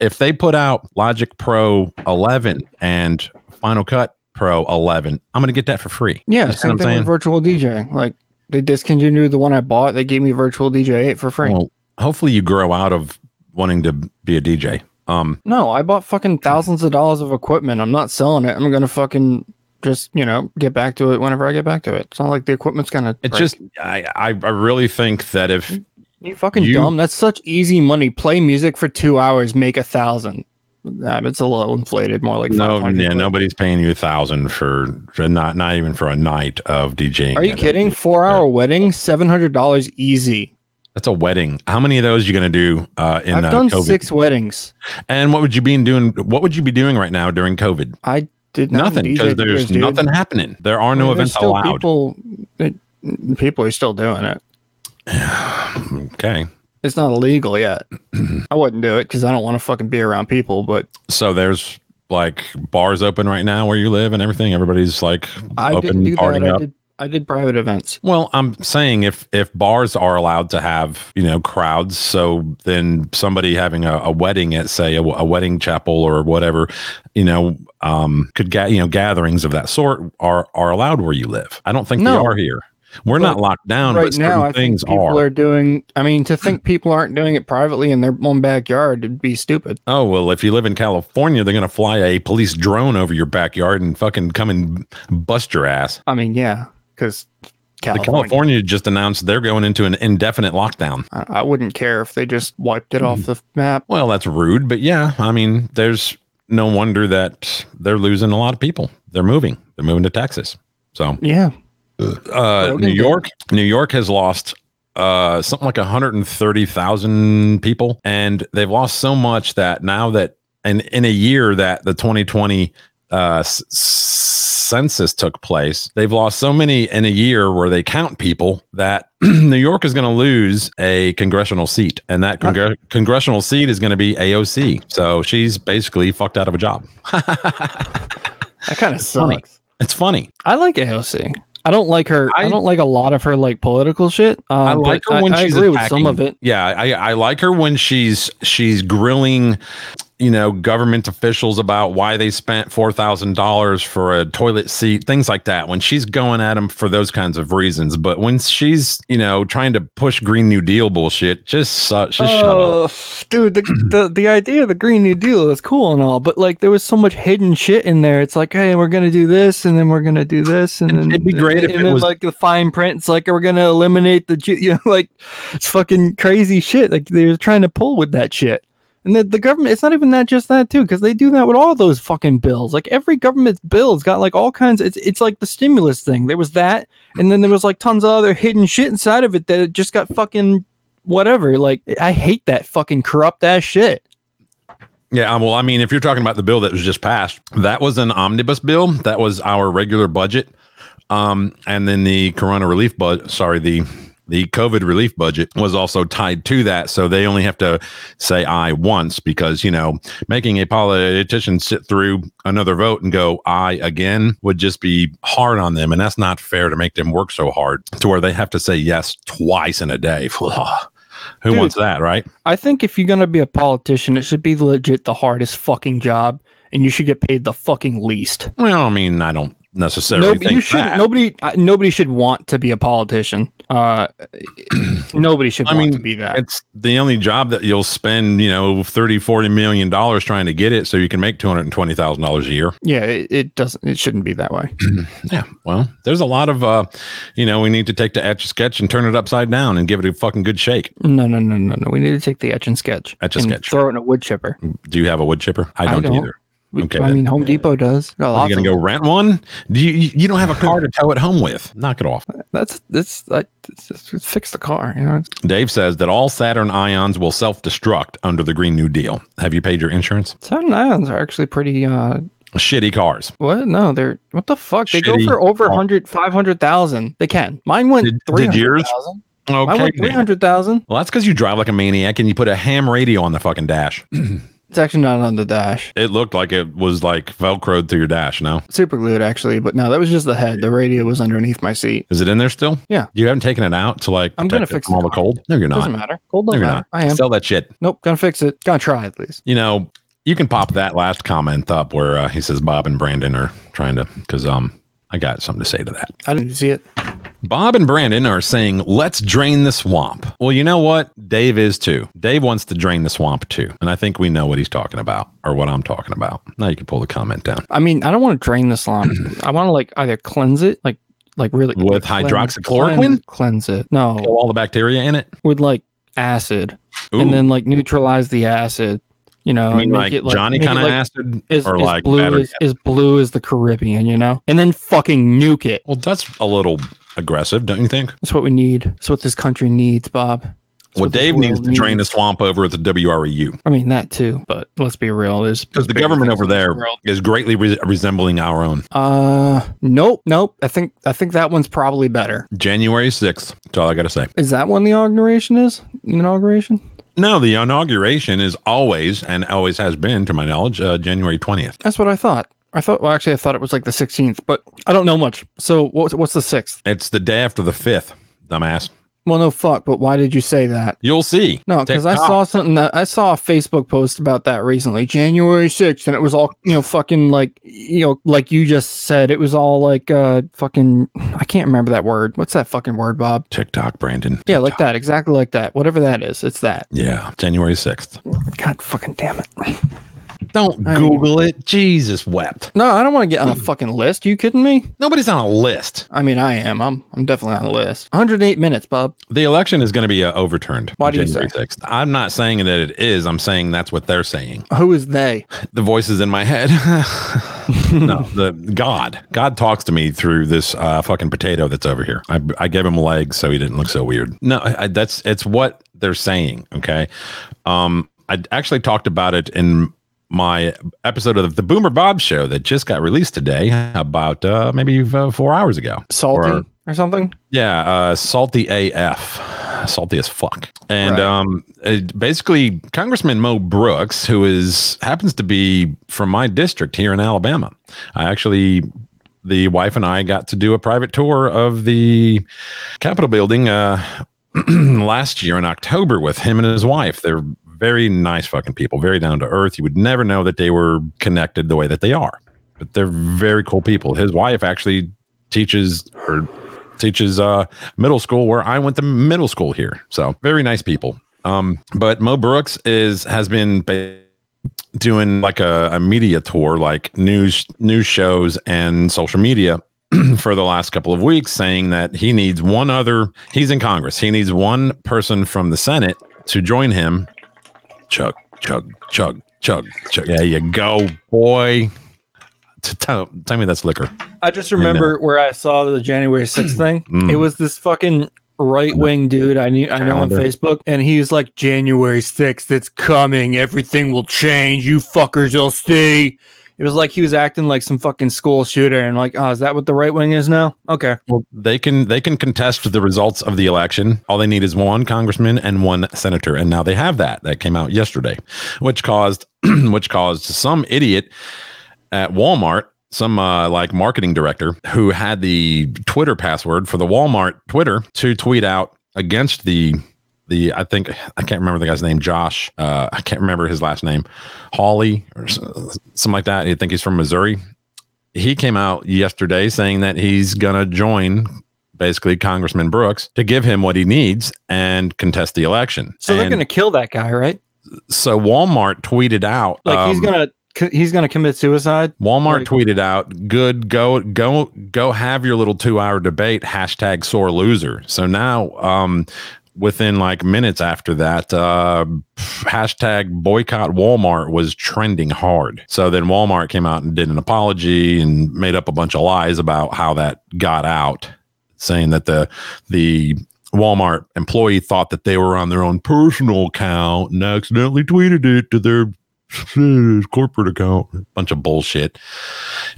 Speaker 2: If they put out Logic Pro 11 and Final Cut Pro 11, I'm going to get that for free.
Speaker 1: yeah,
Speaker 2: You see what
Speaker 1: same
Speaker 2: I'm
Speaker 1: thing with
Speaker 2: saying?
Speaker 1: virtual DJing. Like they discontinued the one I bought. They gave me virtual DJ eight for free.
Speaker 2: Well, hopefully you grow out of wanting to be a DJ. Um,
Speaker 1: No, I bought fucking thousands of dollars of equipment. I'm not selling it. I'm gonna fucking just you know get back to it whenever I get back to it. It's not like the equipment's gonna.
Speaker 2: it's
Speaker 1: break.
Speaker 2: just I, I I really think that if
Speaker 1: you fucking
Speaker 2: you-
Speaker 1: dumb. That's such easy money. Play music for two hours, make a thousand. Nah, it's a little inflated, more like
Speaker 2: no
Speaker 1: 500.
Speaker 2: yeah nobody's paying you a thousand for, for not not even for a night of DJing.
Speaker 1: Are you
Speaker 2: at a-
Speaker 1: kidding? Four hour wedding, seven hundred dollars easy.
Speaker 2: That's a wedding. How many of those you going to do uh, in
Speaker 1: I've
Speaker 2: uh,
Speaker 1: done
Speaker 2: COVID?
Speaker 1: six weddings.
Speaker 2: And what would you be doing? What would you be doing right now during COVID?
Speaker 1: I did not
Speaker 2: Nothing
Speaker 1: DJ
Speaker 2: because there's
Speaker 1: gigs, dude.
Speaker 2: nothing happening. There are
Speaker 1: I
Speaker 2: no
Speaker 1: mean, there's
Speaker 2: events
Speaker 1: still
Speaker 2: allowed.
Speaker 1: People, it- people are still doing it.
Speaker 2: Okay,
Speaker 1: It's not illegal yet. I wouldn't do it because I don't want to fucking be around people. But
Speaker 2: so there's like bars open right now where you live and everything. Everybody's like
Speaker 1: I
Speaker 2: open
Speaker 1: didn't do that.
Speaker 2: partying
Speaker 1: I
Speaker 2: up.
Speaker 1: did I did private events.
Speaker 2: Well, I'm saying if if bars are allowed to have you know crowds, so then somebody having a, a wedding at say a, a wedding chapel or whatever, you know, um, could get you know gatherings of that sort are are allowed where you live. I don't think
Speaker 1: No.
Speaker 2: they are here. We're not locked down.
Speaker 1: right
Speaker 2: but certain
Speaker 1: now, I think
Speaker 2: things
Speaker 1: people
Speaker 2: are.
Speaker 1: are doing. I mean, to think people aren't doing it privately in their own backyard would be stupid.
Speaker 2: Oh well, if you live in California, they're gonna fly a police drone over your backyard and fucking come and bust your ass.
Speaker 1: I mean, yeah, because
Speaker 2: The
Speaker 1: California.
Speaker 2: California just announced they're going into an indefinite lockdown.
Speaker 1: I, I wouldn't care if they just wiped it off
Speaker 2: Mm-hmm.
Speaker 1: the map.
Speaker 2: Well, that's rude, but yeah, I mean, there's no wonder that they're losing a lot of people. They're moving. They're moving to Texas. So
Speaker 1: Yeah,
Speaker 2: uh,
Speaker 1: Logan
Speaker 2: New
Speaker 1: did.
Speaker 2: York, New York has lost uh, something like 130,000 people, and they've lost so much that now that and in a year that the 2020 uh, s- s- census took place, they've lost so many in a year where they count people that New York is going to lose a congressional seat, and that congre- congressional seat is going to be AOC. So she's basically fucked out of a job.
Speaker 1: that kind of
Speaker 2: funny.
Speaker 1: sucks.
Speaker 2: It's funny.
Speaker 1: I like AOC. I don't like her. I,
Speaker 2: I-
Speaker 1: don't like a lot of her like political shit. Um,
Speaker 2: I like
Speaker 1: but
Speaker 2: her when
Speaker 1: I,
Speaker 2: she's
Speaker 1: I agree
Speaker 2: attacking.
Speaker 1: with some of it.
Speaker 2: Yeah, I, I like her when she's she's grilling, you know, government officials about why they spent four thousand dollars for a toilet seat, things like that. When she's going at them for those kinds of reasons, but when she's you know trying to push Green New Deal bullshit, just uh, just shut up.
Speaker 1: Oh, dude, the, the the idea of the Green New Deal is cool and all, but like there was so much hidden shit in there. It's like, hey, we're gonna do this, and then we're gonna do this, and then
Speaker 2: it'd be great
Speaker 1: and,
Speaker 2: if it
Speaker 1: then,
Speaker 2: was-
Speaker 1: like the fine print. It's like we're gonna eliminate the, Ju- you know, like it's fucking crazy shit. Like they're trying to pull with that shit. And the, the government, it's not even that just that too, because they do that with all those fucking bills. Like every government's bill's got like all kinds. It's it's like the stimulus thing. There was that, and then there was like tons of other hidden shit inside of it that it just got fucking whatever. Like I hate that fucking corrupt ass shit.
Speaker 2: Yeah, um, well, I mean, if you're talking about the bill that was just passed, that was an omnibus bill. That was our regular budget, um, and then the Corona relief budget. Sorry, the the COVID relief budget was also tied to that. So they only have to say "I" once because you know making a politician sit through another vote and go "I" again would just be hard on them, and that's not fair to make them work so hard to where they have to say yes twice in a day. Who
Speaker 1: Dude.
Speaker 2: wants that, right?
Speaker 1: I think if you're gonna be a politician, it should be legit the hardest fucking job, and you should get paid the fucking least.
Speaker 2: Well, I mean, I don't necessarily.
Speaker 1: Nobody, you
Speaker 2: think
Speaker 1: should
Speaker 2: that.
Speaker 1: nobody uh, nobody should want to be a politician. Uh, nobody should
Speaker 2: I
Speaker 1: want to
Speaker 2: mean,
Speaker 1: be that.
Speaker 2: It's the only job that you'll spend, you know, 30, 40 million dollars trying to get it so you can make $220,000 a year.
Speaker 1: Yeah, it, it doesn't. It shouldn't be that way.
Speaker 2: Yeah. Well, there's a lot of, uh, you know, we need to take the etch a sketch and turn it upside down and give it a fucking good shake.
Speaker 1: No, no, no, no, no. We need to take the etch and sketch.
Speaker 2: Etch and sketch.
Speaker 1: Throw it in a wood chipper.
Speaker 2: Do you have a wood chipper? I
Speaker 1: I
Speaker 2: don't,
Speaker 1: don't.
Speaker 2: either.
Speaker 1: We-
Speaker 2: Okay,
Speaker 1: I
Speaker 2: then.
Speaker 1: mean, Home Depot does. Got
Speaker 2: Are
Speaker 1: lots
Speaker 2: you
Speaker 1: of
Speaker 2: going to go rent one? Do you, you you don't have a car to tow it home with? Knock it off.
Speaker 1: That's that's like it's- it's- fix the car. You know,
Speaker 2: Dave says that all Saturn ions will self destruct under the Green New Deal. Have you paid your insurance?
Speaker 1: Saturn ions are actually pretty. uh
Speaker 2: Shitty cars.
Speaker 1: What? No, they're what the fuck? They go
Speaker 2: Shitty
Speaker 1: for over
Speaker 2: car.
Speaker 1: 100, 500,000. They can. Mine went
Speaker 2: Did-
Speaker 1: three
Speaker 2: did
Speaker 1: hundred
Speaker 2: yours?
Speaker 1: thousand. Mine
Speaker 2: Okay.
Speaker 1: went three hundred thousand.
Speaker 2: Well, that's because you drive like a maniac and you put a ham radio on the fucking dash.
Speaker 1: It's actually not on the dash.
Speaker 2: It looked like it was like velcroed to your dash. No,
Speaker 1: Super glued actually, but no, that was just the head. The radio was underneath my seat.
Speaker 2: is it in there still?
Speaker 1: Yeah.
Speaker 2: You haven't taken it out to like
Speaker 1: I'm gonna
Speaker 2: protect
Speaker 1: fix
Speaker 2: it from
Speaker 1: the
Speaker 2: all the
Speaker 1: car.
Speaker 2: cold. No, you're
Speaker 1: Doesn't
Speaker 2: not.
Speaker 1: matter. Cold
Speaker 2: No,
Speaker 1: don't
Speaker 2: you're
Speaker 1: matter.
Speaker 2: not.
Speaker 1: I am.
Speaker 2: Sell that shit.
Speaker 1: nope. Gonna fix it. Gonna try at least.
Speaker 2: You know, you can pop that last comment up where uh, he says Bob and Brandon are trying to because um I got something to say to that.
Speaker 1: I didn't see it.
Speaker 2: Bob and Brandon are saying, let's drain the swamp. Well, you know what? Dave is too. Dave wants to drain the swamp too. And I think we know what he's talking about or what I'm talking about. Now you can pull the comment down.
Speaker 1: I mean, I don't want to drain the slump. I want to like either cleanse it, like like really
Speaker 2: With
Speaker 1: cleanse-
Speaker 2: hydroxychloroquine?
Speaker 1: cleanse, cleanse it. No,
Speaker 2: Kill all the bacteria in it.
Speaker 1: with like acid,
Speaker 2: Ooh.
Speaker 1: and then like neutralize the acid. You know,
Speaker 2: I mean,
Speaker 1: and make
Speaker 2: like,
Speaker 1: it,
Speaker 2: Johnny
Speaker 1: make it,
Speaker 2: kind of
Speaker 1: like,
Speaker 2: acid,
Speaker 1: is,
Speaker 2: or
Speaker 1: is
Speaker 2: like
Speaker 1: blue
Speaker 2: battery
Speaker 1: as, is blue as the Caribbean, you know, and then fucking nuke it.
Speaker 2: Well, that's a little aggressive, don't you think?
Speaker 1: That's what we need. That's what this country needs, Bob. That's
Speaker 2: Well,
Speaker 1: what this
Speaker 2: Dave
Speaker 1: world
Speaker 2: needs to drain the swamp over at the WREU
Speaker 1: I mean that too, but let's be real. There's
Speaker 2: because the
Speaker 1: bigger
Speaker 2: government
Speaker 1: things
Speaker 2: over
Speaker 1: in this
Speaker 2: there
Speaker 1: world.
Speaker 2: is greatly re- resembling our own.
Speaker 1: Uh, nope, nope. I think I think that one's probably better.
Speaker 2: January 6th. That's all I got to say.
Speaker 1: Is that when the inauguration is? Inauguration?
Speaker 2: No, the inauguration is always and always has been, to my knowledge, uh, January 20th.
Speaker 1: That's what I thought. I thought. Well, actually, I thought it was like the 16th, but I don't know much. So what's what's the sixth?
Speaker 2: It's the day after the fifth, dumbass.
Speaker 1: Well, no fuck. But why did you say that?
Speaker 2: You'll see.
Speaker 1: No, because I
Speaker 2: TikTok.
Speaker 1: saw something that I saw a Facebook post about that recently, January 6th, and it was all, you know, fucking like, you know, like you just said, it was all like, uh, fucking, I can't remember that word. What's that fucking word, Bob?
Speaker 2: TikTok, Brandon.
Speaker 1: Yeah, like that, exactly like that. Whatever that is, it's that.
Speaker 2: Yeah, January sixth.
Speaker 1: God fucking damn it.
Speaker 2: Don't
Speaker 1: I-
Speaker 2: Google it. Jesus wept.
Speaker 1: No, I don't want to get on a fucking list. you kidding me?
Speaker 2: Nobody's on a list.
Speaker 1: I mean, I am. I'm I'm definitely on the list. 108 minutes, Bob.
Speaker 2: The election is going to be uh, overturned.
Speaker 1: Why
Speaker 2: on
Speaker 1: do you
Speaker 2: January
Speaker 1: say?
Speaker 2: 6th. I'm not saying that it is. I'm saying that's what they're saying.
Speaker 1: Who is they?
Speaker 2: The voices in my head. no, the God. God talks to me through this uh, fucking potato that's over here. I, I gave him legs so he didn't look so weird. No, I, I- that's it's what they're saying. Okay. Um, I actually talked about it in my episode of the Boomer Bob show that just got released today about uh, maybe uh, four hours ago.
Speaker 1: Salty
Speaker 2: Or-
Speaker 1: or, something?
Speaker 2: yeah, uh, salty AF, salty as fuck. And
Speaker 1: Right.
Speaker 2: um, it, basically, Congressman Mo Brooks, who is happens to be from my district here in Alabama, I actually. The wife and I got to do a private tour of the Capitol building uh, last year in October with him and his wife. They're very nice fucking people, very down to earth. You would never know that they were connected the way that they are, but they're very cool people. His wife actually teaches or teaches uh, middle school where I went to middle school here. So very nice people. Um, but Mo Brooks is has been ba- doing like a, a media tour, like news news shows and social media. for the last couple of weeks, saying that he needs one other, he's in Congress. He needs one person from the Senate to join him. Chug, chug, chug, chug, chug. There you go, boy. T- tell, tell me that's liquor.
Speaker 1: I just remember where I saw the January 6th thing.
Speaker 2: Mm.
Speaker 1: It was this fucking right wing dude I knew I know on Facebook, and he was like, January 6th, it's coming. Everything will change. You fuckers, you'll see. It was like he was acting like some fucking school shooter, and like, oh, is that what the right wing is now? Okay.
Speaker 2: Well, they can they can contest the results of the election. All they need is one congressman and one senator, and now they have that. That came out yesterday, which caused which caused some idiot at Walmart, some uh, like marketing director who had the Twitter password for the Walmart Twitter to tweet out against the the I think I can't remember the guy's name, Josh. Uh, I can't remember his last name, Hawley or s- something like that. I think he's from Missouri he came out yesterday saying that he's going to join basically Congressman Brooks to give him what he needs and contest the election.
Speaker 1: So they're
Speaker 2: And
Speaker 1: going to kill that guy, right?
Speaker 2: so Walmart tweeted out
Speaker 1: Like, he's
Speaker 2: um,
Speaker 1: going to. He's gonna commit suicide.
Speaker 2: Walmart
Speaker 1: like-
Speaker 2: tweeted out, "Good, go, go, go! Have your little two-hour debate." Hashtag sore loser. So now, um, within like minutes after that, uh, hashtag boycott Walmart was trending hard. So then Walmart came out and did an apology and made up a bunch of lies about how that got out, saying that the the Walmart employee thought that they were on their own personal account and accidentally tweeted it to their corporate account. Bunch of bullshit.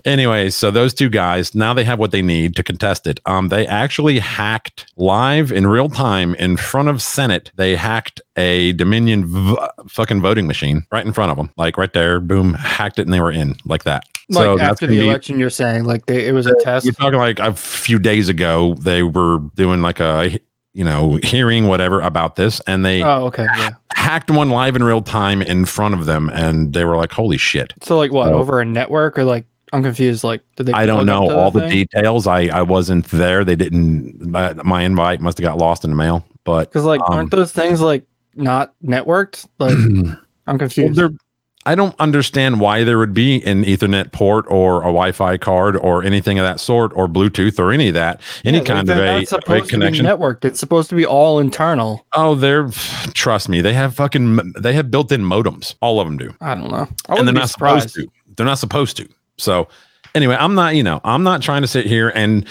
Speaker 2: Anyway, so those two guys now they have what they need to contest it. Um, they actually hacked live in real time in front of Senate. They hacked a Dominion v- fucking voting machine right in front of them, like right there. Boom, hacked it, and they were in like that.
Speaker 1: Like
Speaker 2: that's
Speaker 1: after
Speaker 2: gonna
Speaker 1: the
Speaker 2: be-
Speaker 1: election, you're saying like they, it was a Uh, test.
Speaker 2: you're talking like a few days ago, they were doing like a you know hearing whatever about this, and they
Speaker 1: Oh, okay. Yeah.
Speaker 2: hacked one live in real time in front of them, and they were like, "Holy shit!"
Speaker 1: So like what
Speaker 2: So-
Speaker 1: over a network or like I'm confused. Like did they?
Speaker 2: I don't
Speaker 1: plug up
Speaker 2: know
Speaker 1: to
Speaker 2: all the
Speaker 1: thing?
Speaker 2: details. I I wasn't there. They didn't. My, my invite must have got lost in the mail. But
Speaker 1: Because like,
Speaker 2: Um,
Speaker 1: aren't those things like not networked? Like, I'm
Speaker 2: well,
Speaker 1: confused.
Speaker 2: there, I don't understand why there would be an Ethernet port or a Wi-Fi card or anything of that sort or Bluetooth or any of that, any
Speaker 1: Yeah, like,
Speaker 2: kind
Speaker 1: they're
Speaker 2: of
Speaker 1: not
Speaker 2: a- a,
Speaker 1: supposed to be
Speaker 2: connection.
Speaker 1: networked. It's supposed to be all internal.
Speaker 2: Oh, they're trust me. They have fucking they have built-in modems. All of them do.
Speaker 1: I don't know. I
Speaker 2: and
Speaker 1: wouldn't
Speaker 2: they're
Speaker 1: be
Speaker 2: not
Speaker 1: surprised.
Speaker 2: supposed to. They're not supposed to. So anyway, I'm not, you know, I'm not trying to sit here and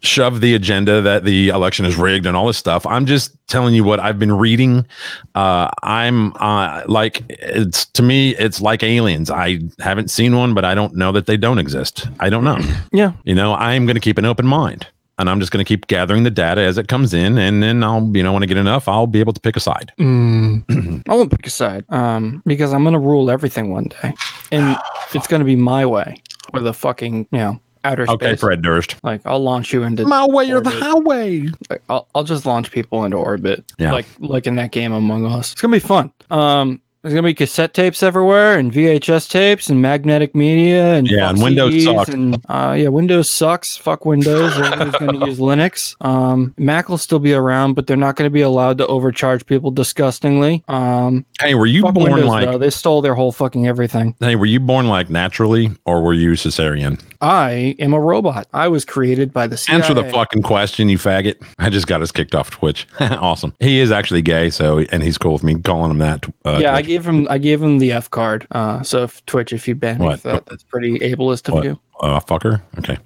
Speaker 2: shove the agenda that the election is rigged and all this stuff. I'm just telling you what I've been reading. Uh, I'm uh, like it's to me, it's like aliens. I haven't seen one, but I don't know that they don't exist. I don't know.
Speaker 1: Yeah.
Speaker 2: You know, I am going to keep an open mind. And I'm just going to keep gathering the data as it comes in, and then I'll, you know, when I get enough, I'll be able to pick a side.
Speaker 1: Mm. I won't pick a side um, because I'm gonna rule everything one day, and it's gonna be my way. with a fucking you know outer space.
Speaker 2: Okay, Fred Durst.
Speaker 1: Like I'll launch you into
Speaker 2: My way or the
Speaker 1: Orbit.
Speaker 2: highway.
Speaker 1: like, I'll, I'll just launch people into orbit.
Speaker 2: Yeah.
Speaker 1: Like like in that game Among Us. It's gonna be fun. Um there's gonna be cassette tapes everywhere and VHS tapes and magnetic media and
Speaker 2: Yeah, and
Speaker 1: fuck
Speaker 2: Windows
Speaker 1: CDs
Speaker 2: sucks.
Speaker 1: and uh, yeah Windows sucks fuck Windows everybody's gonna use Linux um, Mac will still be around but they're not gonna be allowed to overcharge people disgustingly um,
Speaker 2: Hey, were you
Speaker 1: fuck
Speaker 2: born
Speaker 1: Windows
Speaker 2: like?
Speaker 1: though they stole their whole fucking everything
Speaker 2: Hey, were you born like naturally or were you cesarean?
Speaker 1: I am a robot I was created by the CIA.
Speaker 2: Answer the fucking question, you faggot. I just got us kicked off Twitch. awesome. He is actually gay, so and he's cool with me calling him that. Uh,
Speaker 1: yeah, I
Speaker 2: Twitch.
Speaker 1: gave him I gave him the F card. Uh, so if Twitch, if you ban me
Speaker 2: What?
Speaker 1: for that, that's pretty ableist of
Speaker 2: What?
Speaker 1: you.
Speaker 2: uh, fucker. Okay.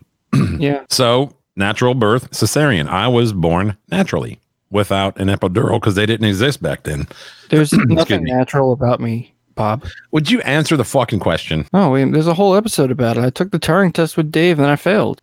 Speaker 1: Yeah,
Speaker 2: So natural birth, cesarean. I was born naturally without an epidural because they didn't exist back then.
Speaker 1: there's nothing
Speaker 2: me.
Speaker 1: natural about me, Bob.
Speaker 2: Would you answer the fucking question?
Speaker 1: Oh, wait, there's a whole episode about it. I took the Turing test with Dave, and I failed.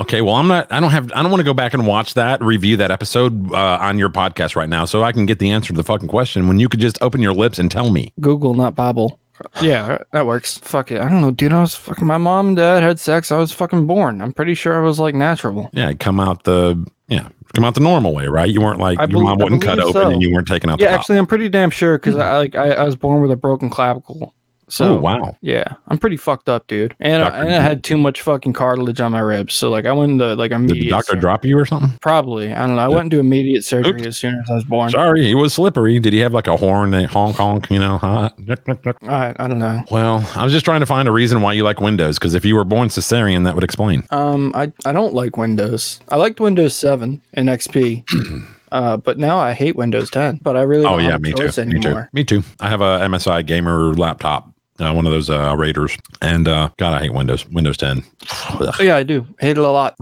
Speaker 2: Okay, well, I'm not. I don't have. I don't want to go back and watch that, review that episode uh, on your podcast right now, so I can get the answer to the fucking question. When you could just open your lips and tell me.
Speaker 1: Google, not Bobble. Yeah, that works. Fuck it. I don't know, dude. I was fucking. My mom and dad had sex. I was fucking born. I'm pretty sure I was like natural.
Speaker 2: Yeah, come out the yeah, come out the normal way, right? You weren't like
Speaker 1: I
Speaker 2: your
Speaker 1: believe-
Speaker 2: mom
Speaker 1: I
Speaker 2: wouldn't cut
Speaker 1: believe
Speaker 2: open
Speaker 1: so.
Speaker 2: and you weren't taking out
Speaker 1: Yeah,
Speaker 2: the
Speaker 1: actually, I'm pretty damn sure because I like I, I was born with a broken clavicle. So
Speaker 2: oh Hmm. wow,
Speaker 1: Yeah, I'm pretty fucked up, dude. And I,
Speaker 2: Doctor
Speaker 1: and I had too much fucking cartilage on my ribs, so like I went into like
Speaker 2: did
Speaker 1: immediate.
Speaker 2: the doctor
Speaker 1: sur-
Speaker 2: drop you or something?
Speaker 1: Probably, I don't know. I went into immediate surgery as soon as I was born.
Speaker 2: Sorry, he was slippery. Did he have like a horn that honk honk? You know, huh? Nick, nick, nick.
Speaker 1: I, I don't know.
Speaker 2: Well, I was just trying to find a reason why you like Windows because if you were born cesarean, that would explain.
Speaker 1: Um, I I don't like Windows. I liked Windows 7 and XP, uh, but now I hate Windows 10. But I really
Speaker 2: Oh
Speaker 1: don't
Speaker 2: yeah,
Speaker 1: have a
Speaker 2: me too.
Speaker 1: choice
Speaker 2: Me too.
Speaker 1: anymore.
Speaker 2: Me too. I have a MSI gamer laptop, uh, one of those uh, Raiders, and uh, God, I hate Windows. Windows 10. Ugh.
Speaker 1: Oh, yeah, I do hate it a lot.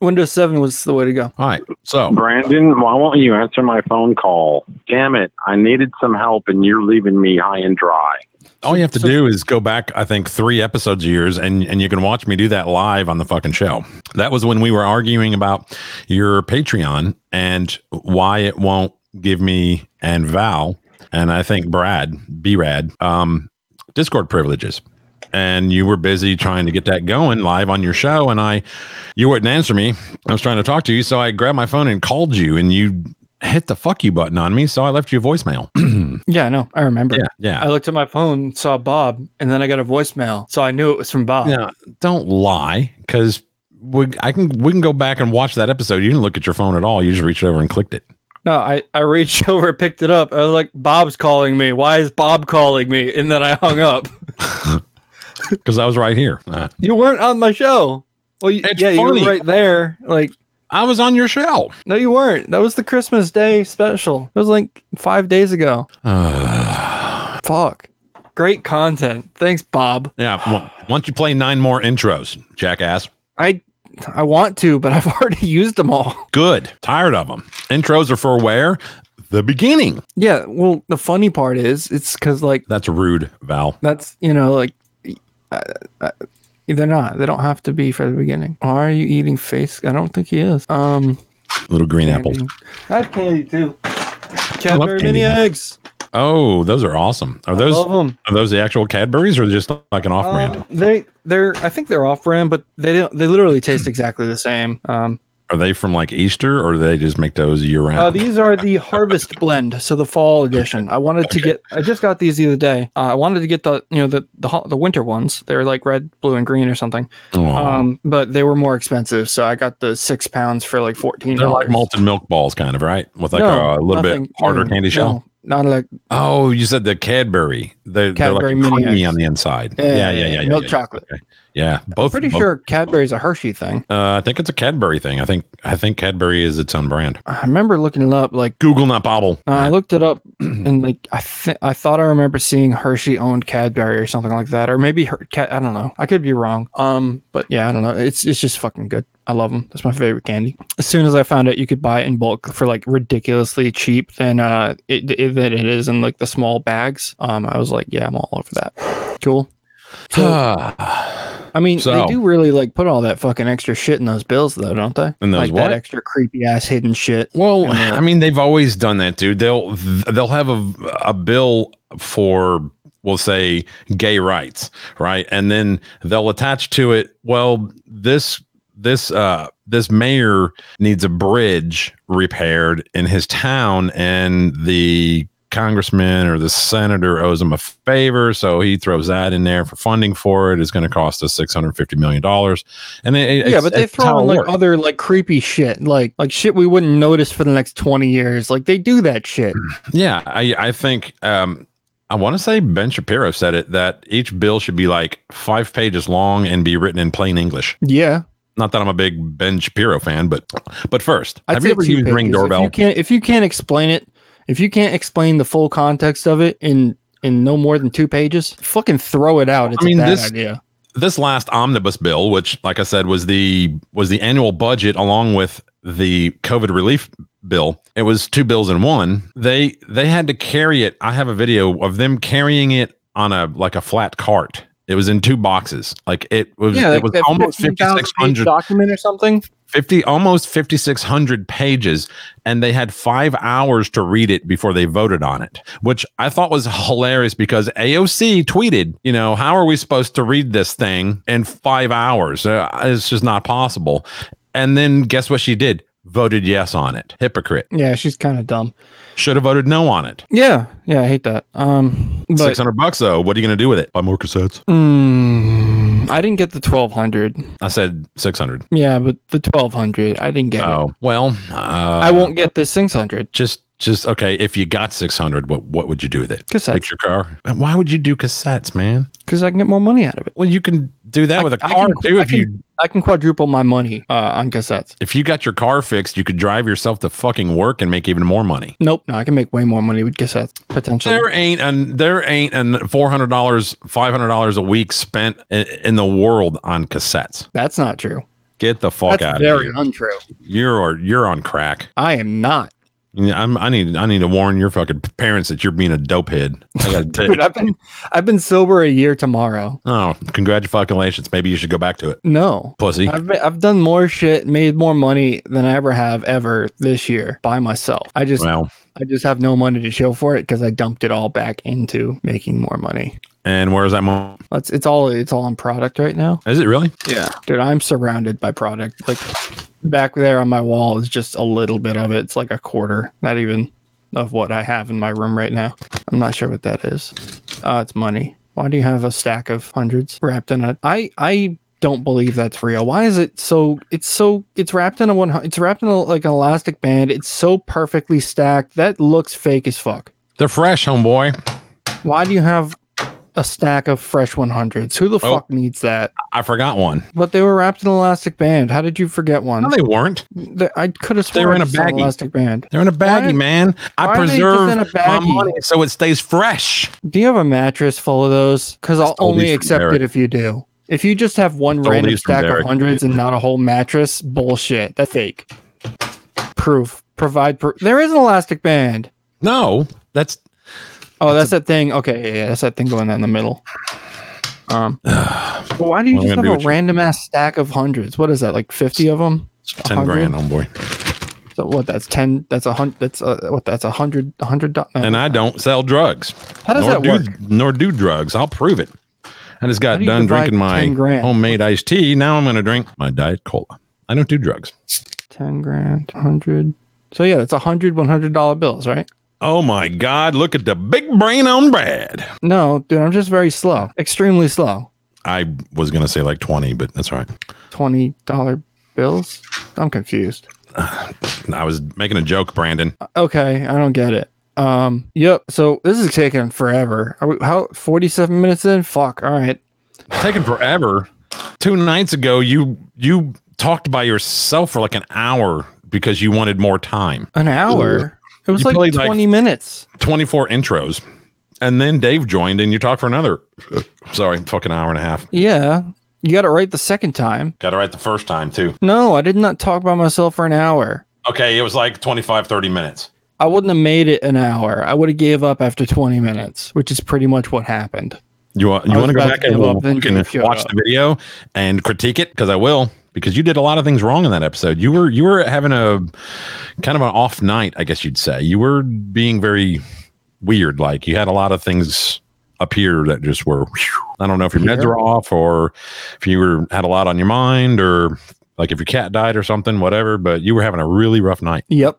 Speaker 1: Windows 7 was the way to go.
Speaker 2: All right, so
Speaker 10: Brandon, why won't you answer my phone call? Damn it. I needed some help and you're leaving me high and dry.
Speaker 2: all you have to
Speaker 1: So-
Speaker 2: do is go back, I think, three episodes of yours, and and you can watch me do that live on the fucking show. That was when we were arguing about your Patreon and why it won't give me and Val and I think Brad B Rad um, Discord privileges. And you were busy trying to get that going live on your show, and I, you wouldn't answer me. I was trying to talk to you, so I grabbed my phone and called you, and you hit the fuck you button on me, so I left you a voicemail.
Speaker 1: Yeah, I know. I remember.
Speaker 2: yeah.
Speaker 1: I looked at my phone, saw Bob, and then I got a voicemail, so I knew it was from Bob.
Speaker 2: Now, don't lie, because we I can we can go back and watch that episode. You didn't look at your phone at all. You just reached over and clicked it.
Speaker 1: No, I, I reached over, picked it up. I was like, Bob's calling me. Why is Bob calling me? And then I hung up.
Speaker 2: Because I was right here. Uh,
Speaker 1: You weren't on my show. Well, you,
Speaker 2: It's
Speaker 1: yeah, you
Speaker 2: funny.
Speaker 1: were right there. Like,
Speaker 2: I was on your show.
Speaker 1: no, you weren't. That was the Christmas Day special. It was like five days ago.
Speaker 2: Uh,
Speaker 1: Fuck. Great content. Thanks, Bob.
Speaker 2: yeah. Well, once you play nine more intros, jackass.
Speaker 1: I I want to, but I've already used them all.
Speaker 2: Good. Tired of them. Intros are for where the beginning.
Speaker 1: Yeah. Well, the funny part is, it's because like
Speaker 2: That's rude, Val.
Speaker 1: that's you know like uh, uh, they're not. They don't have to be for the beginning. Are you eating face? I don't think he is. Um.
Speaker 2: Little green apples.
Speaker 1: Candy. I have candy too. Cadbury
Speaker 2: candy.
Speaker 1: mini eggs.
Speaker 2: Oh, those are awesome. Are those
Speaker 1: Love them.
Speaker 2: are those the actual Cadburys or just like an off brand?
Speaker 1: Um, they they're I think they're off brand, but they don't they literally taste exactly the same. Um,
Speaker 2: are they from like Easter or do they just make those year round?
Speaker 1: uh, these are the harvest blend, so the fall edition. I wanted to get I just got these the other day. Uh, I wanted to get the you know the the ho- the winter ones. They're like red, blue, and green or something.
Speaker 2: Aw.
Speaker 1: Um, but they were more expensive, so I got the six pounds for like fourteen.
Speaker 2: They're like malted milk balls, kind of, right? With like a, little bit harder candy shell.
Speaker 1: Mm, Not like
Speaker 2: Oh, you said the Cadbury. They're,
Speaker 1: Cadbury
Speaker 2: they're
Speaker 1: mini
Speaker 2: like creamy
Speaker 1: eggs.
Speaker 2: on the inside.
Speaker 1: Yeah,
Speaker 2: Yeah, yeah, yeah. yeah, yeah,
Speaker 1: milk
Speaker 2: yeah.
Speaker 1: chocolate.
Speaker 2: Okay. Yeah, both.
Speaker 1: pretty
Speaker 2: both-
Speaker 1: sure Cadbury's a Hershey thing.
Speaker 2: Uh, I think it's a Cadbury thing. I think I think Cadbury is its own brand.
Speaker 1: I remember looking it up. Like
Speaker 2: Google not bobble.
Speaker 1: uh, I looked it up, and like I th- I thought I remember seeing Hershey owned Cadbury or something like that, or maybe her cat. I don't know. I could be wrong. Um, but yeah, I don't know. It's it's just fucking good. I love them. That's my favorite candy. As soon as I found out you could buy it in bulk for like ridiculously cheap than uh it, it than it is in like the small bags, um, I was like, yeah, I'm all over that. Cool. I mean,
Speaker 2: So-
Speaker 1: they do really like put all that fucking extra shit in those bills, though, don't they?
Speaker 2: In those
Speaker 1: like
Speaker 2: what?
Speaker 1: that extra creepy ass hidden shit.
Speaker 2: well, I mean, they've always done that, dude. They'll they'll have a a bill for will say gay rights, right? And then they'll attach to it, well, this this uh this mayor needs a bridge repaired in his town and the congressman or the senator owes him a favor so he throws that in there for funding for it it's going to cost us 650 million dollars and it, it-
Speaker 1: yeah,
Speaker 2: it's-
Speaker 1: but they
Speaker 2: it's how
Speaker 1: throw
Speaker 2: it
Speaker 1: in like
Speaker 2: works.
Speaker 1: other like creepy shit, like like shit we wouldn't notice for the next twenty years. Like they do that shit.
Speaker 2: Hmm. Yeah, I I think um I want to say Ben Shapiro said it that each bill should be like five pages long and be written in plain English.
Speaker 1: Yeah,
Speaker 2: Not that I'm a big Ben Shapiro fan, but but first,
Speaker 1: I'd
Speaker 2: have
Speaker 1: say
Speaker 2: you ever
Speaker 1: two
Speaker 2: used
Speaker 1: pages.
Speaker 2: Ring
Speaker 1: If
Speaker 2: Doorbell?
Speaker 1: you can't if you can't explain it, if you can't explain the full context of it in in no more than two pages, fucking throw it out. It's
Speaker 2: mean,
Speaker 1: a bad
Speaker 2: this-
Speaker 1: idea.
Speaker 2: This last omnibus bill, which like I said was the was the annual budget along with the COVID relief bill. It was two bills in one. They they had to carry it. I have a video of them carrying it on a like a flat cart. It was in two boxes. Like it was
Speaker 1: Yeah,
Speaker 2: it was almost 5600
Speaker 1: document or something.
Speaker 2: 50 almost 5600 pages and they had 5 hours to read it before they voted on it which i thought was hilarious because AOC tweeted you know how are we supposed to read this thing in 5 hours Uh, it's just not possible and then guess what she did voted yes on it hypocrite
Speaker 1: Yeah, she's kind of dumb.
Speaker 2: should have voted no on it
Speaker 1: Yeah, yeah, I hate that. Um, but
Speaker 2: 600 bucks though what are you going to do with it buy more cassettes
Speaker 1: mm, I didn't get the twelve hundred.
Speaker 2: i said 600
Speaker 1: Yeah, but the twelve hundred, I didn't get. it.
Speaker 2: oh well uh,
Speaker 1: I won't get the six hundred.
Speaker 2: just just okay if you got 600 what what would you do with it
Speaker 1: Cassettes.
Speaker 2: fix your car why would you do cassettes man
Speaker 1: because I can get more money out of it.
Speaker 2: well you can do that with a
Speaker 1: I
Speaker 2: car
Speaker 1: can-
Speaker 2: too
Speaker 1: I
Speaker 2: if you
Speaker 1: I can quadruple my money uh, on cassettes.
Speaker 2: if you got your car fixed you could drive yourself to fucking work and make even more money
Speaker 1: Nope, no, I can make way more money with cassettes potentially.
Speaker 2: there ain't and there ain't an four hundred dollars five hundred dollars a week spent in, in the world on cassettes
Speaker 1: That's not true.
Speaker 2: get the fuck
Speaker 1: That's
Speaker 2: out of
Speaker 1: very
Speaker 2: here
Speaker 1: untrue.
Speaker 2: you're you're on crack
Speaker 1: I am not.
Speaker 2: Yeah, I'm, I need I need to warn your fucking parents that you're being a dopehead I gotta tell
Speaker 1: Dude,
Speaker 2: you.
Speaker 1: I've been I've been sober a year tomorrow.
Speaker 2: oh congratulations maybe you should go back to it
Speaker 1: No.
Speaker 2: pussy
Speaker 1: I've been, I've done more shit, made more money than I ever have ever this year by myself. I just
Speaker 2: well
Speaker 1: I just have no money to show for it because I dumped it all back into making more money.
Speaker 2: And where's that moment?
Speaker 1: Let's it's all it's all on product right now.
Speaker 2: Is it really?
Speaker 1: Yeah. Dude, I'm surrounded by product. Like back there on my wall is just a little bit of it. It's like a quarter, not even of what I have in my room right now. I'm not sure what that is. Uh, it's money. Why do you have a stack of hundreds wrapped in it? I I don't believe that's real. Why is it so? It's so. It's wrapped in a one. It's wrapped in a, like an elastic band. It's so perfectly stacked. That looks fake as fuck.
Speaker 2: They're fresh, homeboy.
Speaker 1: Why do you have a stack of fresh 100s? Who the
Speaker 2: Oh.
Speaker 1: fuck needs that?
Speaker 2: I forgot one.
Speaker 1: But they were wrapped in elastic band. How did you forget one?
Speaker 2: No, they weren't.
Speaker 1: Th- I could have
Speaker 2: They
Speaker 1: sworn
Speaker 2: were in
Speaker 1: I
Speaker 2: a
Speaker 1: saw an
Speaker 2: baggie.
Speaker 1: elastic band.
Speaker 2: They're in a baggie,
Speaker 1: Why-
Speaker 2: man.
Speaker 1: why
Speaker 2: I
Speaker 1: are they just
Speaker 2: preserve
Speaker 1: in a
Speaker 2: my
Speaker 1: baggie?
Speaker 2: money so it stays fresh.
Speaker 1: Do you have a mattress full of those? Because I'll
Speaker 2: Stole these
Speaker 1: only
Speaker 2: from
Speaker 1: accept
Speaker 2: Derek.
Speaker 1: it if you do. If you just have one
Speaker 2: Stole
Speaker 1: random
Speaker 2: these from
Speaker 1: stack of
Speaker 2: Derek.
Speaker 1: hundreds and not a whole mattress, bullshit. That's fake. Proof. Provide proof. There is an elastic band.
Speaker 2: No, that's
Speaker 1: Oh, that's, that thing. Okay, yeah, yeah, that's that thing going down in the middle. Um, but why do you
Speaker 2: What am I
Speaker 1: just have
Speaker 2: gonna do
Speaker 1: a
Speaker 2: with you?
Speaker 1: random ass stack of hundreds? What is that? Like fifty of them?
Speaker 2: ten grand, homeboy.
Speaker 1: So what? That's ten. That's a hundred. That's a, what? That's a hundred. A hundred. do- no,
Speaker 2: And I don't sell drugs.
Speaker 1: How does
Speaker 2: nor
Speaker 1: that
Speaker 2: do,
Speaker 1: work?
Speaker 2: Nor do drugs. I'll prove it. I just
Speaker 1: How
Speaker 2: got
Speaker 1: do you
Speaker 2: done
Speaker 1: divide
Speaker 2: drinking my
Speaker 1: 10 grand?
Speaker 2: homemade iced tea. Now I'm going to drink my diet cola. I don't do drugs.
Speaker 1: 10 grand 100 so yeah that's 100 100 dollar bills right
Speaker 2: Oh my God! Look at the big brain on Brad.
Speaker 1: no dude i'm just very slow extremely slow
Speaker 2: I was going to say like twenty, but that's all right.
Speaker 1: 20 dollar bills i'm confused
Speaker 2: I was making a joke, Brandon.
Speaker 1: okay i don't get it um yep so this is taking forever Are we, how 47 minutes in fuck all right
Speaker 2: taking forever. Two nights ago, you you talked by yourself for like an hour because you wanted more time.
Speaker 1: an hour it was
Speaker 2: You
Speaker 1: like
Speaker 2: played,
Speaker 1: 20
Speaker 2: like-
Speaker 1: minutes
Speaker 2: Twenty four intros, and then Dave joined, and you talked for another. Sorry, fucking hour and a half.
Speaker 1: yeah you got it right the second time
Speaker 2: Got it right the first time too.
Speaker 1: no i did not talk by myself for an hour
Speaker 2: Okay, it was like 25, 30 minutes.
Speaker 1: i wouldn't have made it an hour i would have gave up after 20 minutes which is pretty much what happened
Speaker 2: You want you
Speaker 1: I was
Speaker 2: want to go
Speaker 1: about
Speaker 2: back
Speaker 1: to
Speaker 2: and
Speaker 1: give up,
Speaker 2: look
Speaker 1: then
Speaker 2: and
Speaker 1: Dave showed
Speaker 2: watch
Speaker 1: up.
Speaker 2: the video and critique it because I will because you did a lot of things wrong in that episode. You were you were having a kind of an off night, I guess you'd say. You were being very weird. Like you had a lot of things
Speaker 11: appear that just were. I don't know if your meds were off or if you were had a lot on your mind or like if your cat died or something, whatever. But you were having a really rough night.
Speaker 1: Yep.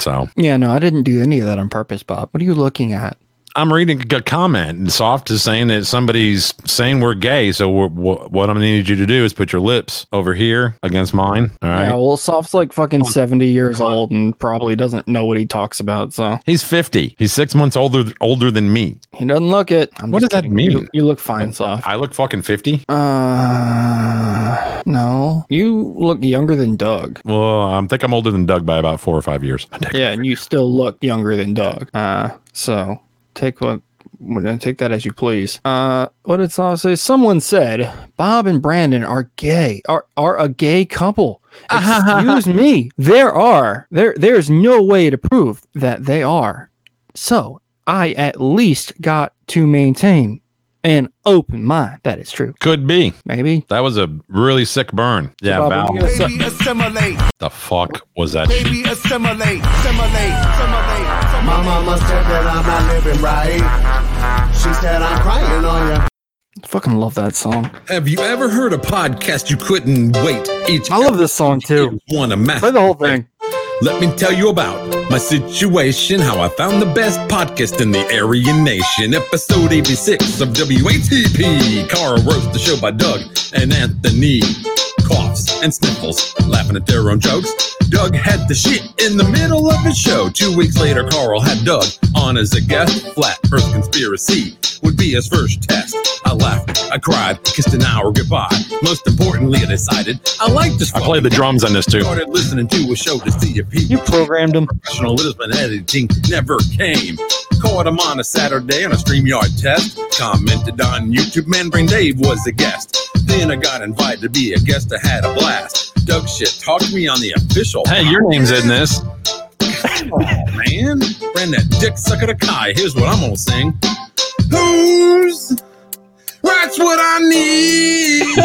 Speaker 11: So
Speaker 1: Yeah, no, I didn't do any of that on purpose, Bob. What are you looking at?
Speaker 11: I'm reading a comment, and Soft is saying that somebody's saying we're gay. So we're, wh- what I'm gonna need you to do is put your lips over here against mine. All right.
Speaker 1: Yeah, well, Soft's like fucking 70 years old and probably doesn't know what he talks about, so
Speaker 11: He's 50. He's six months older older than me.
Speaker 1: he doesn't look it. I'm
Speaker 11: What
Speaker 1: just
Speaker 11: does that
Speaker 1: kidding.
Speaker 11: mean?
Speaker 1: You, you look fine, Soft.
Speaker 11: I look fucking 50.
Speaker 1: Uh, no. You look younger than Doug.
Speaker 11: Well, I think I'm older than Doug by about four or five years. My dick-
Speaker 1: Yeah, and you still look younger than Doug. Uh, so take what well, take that as you please. Uh, what did Soft say? Someone said Bob and Brandon are gay. Are are a gay couple? Excuse me. There are there. There's no way to prove that they are. So I at least got to maintain an open mind. That is true.
Speaker 11: Could be.
Speaker 1: Maybe.
Speaker 11: That was a really sick burn. Yeah,
Speaker 1: Bob,
Speaker 11: Val.
Speaker 1: what are you gonna say?
Speaker 12: assimilate,
Speaker 11: the fuck was that? shit?
Speaker 12: assimilate, assimilate, assimilate. My mama said that I'm not living right. She said I'm crying on your
Speaker 1: Fucking love that song.
Speaker 2: Have you ever heard a podcast you couldn't wait? Each
Speaker 1: I love this song too.
Speaker 2: one a master.
Speaker 1: Play the whole thing.
Speaker 2: Let me tell you about my situation, how I found the best podcast in the Aryan Nation. Episode 86 of WATP. Car Roast, the show by Doug and Anthony. Coughs and sniffles, laughing at their own jokes. Doug had the shit in the middle of his show. Two weeks later, Carl had Doug on as a guest. Flat Earth Conspiracy would be his first test. I laughed, I cried, kissed an hour goodbye. Most importantly, I decided I like this.
Speaker 11: I played the drums on this too.
Speaker 2: Started listening to a show to see if he
Speaker 1: You programmed him.
Speaker 2: professionalism and editing never came. Caught him on a Saturday on a StreamYard test. Commented on YouTube, Man Brain Dave was a guest. Then I got invited to be a guest. I had a blast. Doug shit talked me on the official.
Speaker 11: Hey, your name's in this.
Speaker 2: man. Ran that dick sucker to Kai. Here's what I'm gonna sing. Who's? That's what I need.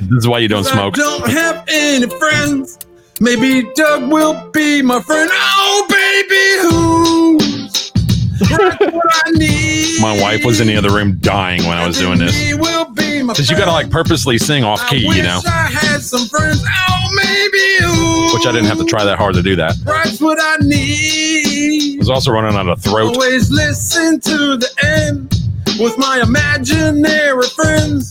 Speaker 11: This is why you don't smoke.
Speaker 2: I don't have any friends. Maybe Doug will be my friend. Oh, baby, who's right what I need?
Speaker 11: My wife was in the other room dying when I was doing this.
Speaker 2: He will be my
Speaker 11: Because you gotta like purposely sing off
Speaker 2: friend.
Speaker 11: key,
Speaker 2: I
Speaker 11: you know?
Speaker 2: wish I had some friends. Oh, maybe who?
Speaker 11: Which I didn't have to try that hard to do that. I
Speaker 2: That's what I need.
Speaker 11: was also running out of throat.
Speaker 2: Always listen to the end with my imaginary friends.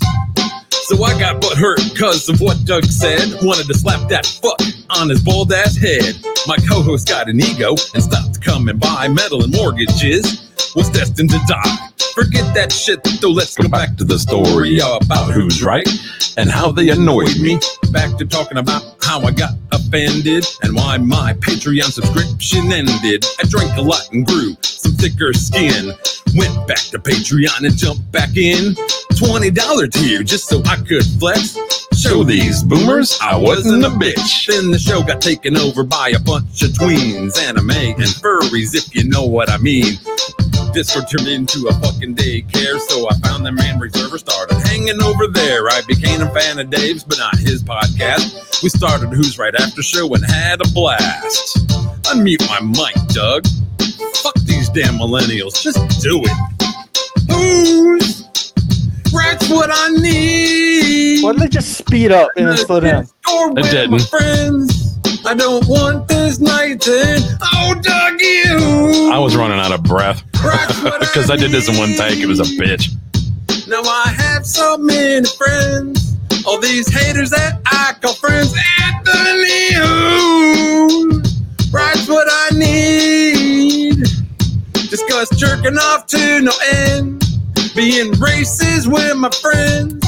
Speaker 2: So I got butt hurt because of what Doug said. Wanted to slap that fuck on his bald ass head. My co host got an ego and stopped coming by. Metal and mortgages was destined to die. Forget that shit though, let's go back to the story about who's right and how they annoyed me. Back to talking about how I got offended and why my Patreon subscription ended. I drank a lot and grew some thicker skin. Went back to Patreon and jumped back in. $20 tier just so I could flex. Show these boomers I wasn't a bitch. Then the show got taken over by a bunch of tweens, anime, and furries, if you know what I mean. Discord turned into a fucking daycare, so I found the man reserver, started hanging over there. I became a fan of Dave's, but not his podcast. We started Who's Right After Show and had a blast. Unmute my mic, Doug. Fuck these damn millennials, just do it. Who's That's what I need.
Speaker 1: Why did they just speed up and then slow down?
Speaker 2: Or
Speaker 11: It
Speaker 2: with my
Speaker 11: didn't.
Speaker 2: friends. I don't want this night to end. Oh, Doug, you.
Speaker 11: I was running out of breath.
Speaker 2: That's what
Speaker 11: Because I did this in one take. It was a
Speaker 2: need.
Speaker 11: bitch.
Speaker 2: Now I have so many friends. All these haters that I call friends. Anthony who writes what I need. Discuss jerking off to no end. Being racist with my friends.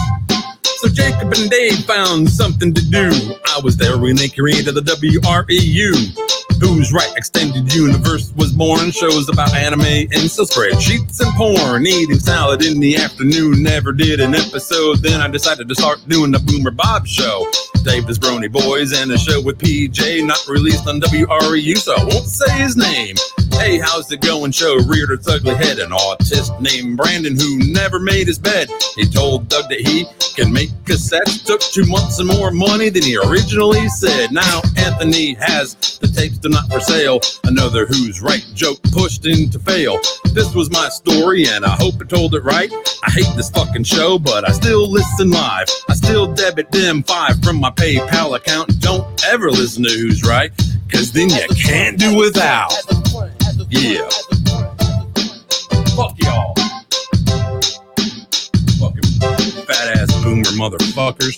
Speaker 2: So Jacob and Dave found something to do. I was there when they created the E WREU. Who's right? Extended Universe was born. Shows about anime and still spreadsheets and porn. Eating salad in the afternoon. Never did an episode. Then I decided to start doing the Boomer Bob show. Davis E Brony Boys and a show with PJ not released on WREU, so I won't say his name. Hey, how's it going? Show reared its ugly head. An artist named Brandon who never made his bed. He told Doug that he can make cassettes. Took two months and more money than he originally said. Now Anthony has the tapes, they're not for sale. Another who's right joke pushed into fail. This was my story and I hope I told it right. I hate this fucking show, but I still listen live. I still debit them five from my PayPal account. Don't ever listen to who's right, cause then you can't do without. Yeah. Fuck y'all. Fucking fat ass boomer motherfuckers.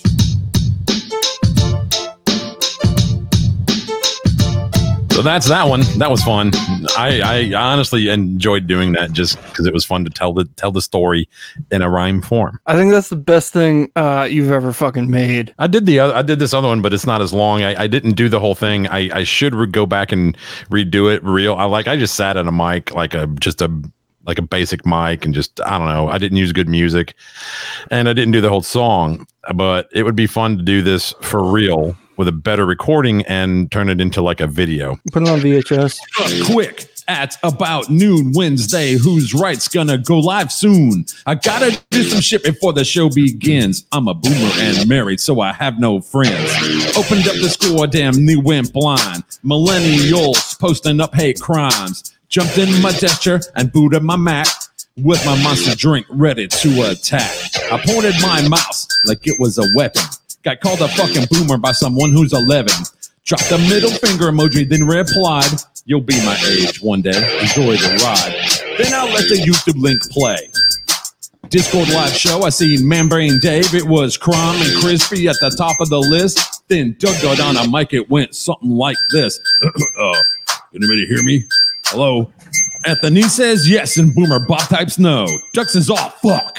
Speaker 10: So that's that one. That was fun. I, I honestly enjoyed doing that just because it was fun to tell the tell the story in a rhyme form.
Speaker 1: I think that's the best thing uh, you've ever fucking made.
Speaker 10: I did the other, I did this other one, but it's not as long. I, I didn't do the whole thing. I, I should re- go back and redo it real. I like I just sat at a mic like a just a like a basic mic and just I don't know. I didn't use good music, and I didn't do the whole song. But it would be fun to do this for real with a better recording and turn it into like a video.
Speaker 1: Put it on VHS.
Speaker 2: quick at about noon Wednesday. Who's right's gonna go live soon? I gotta do some shit before the show begins. I'm a boomer and married, so I have no friends. Opened up the score, damn, new went blind. Millennials posting up hate crimes. Jumped in my gesture and booted my Mac with my monster drink ready to attack. I pointed my mouse like it was a weapon. Got called a fucking boomer by someone who's 11. Dropped the middle finger emoji, then replied, You'll be my age one day. Enjoy the ride. Then I let the YouTube link play. Discord live show, I seen Membrane Dave. It was crumb and crispy at the top of the list. Then Doug got on a mic. It went something like this. uh, anybody hear me? Hello? Anthony says yes, and Boomer Bob types no. Dux is all fuck.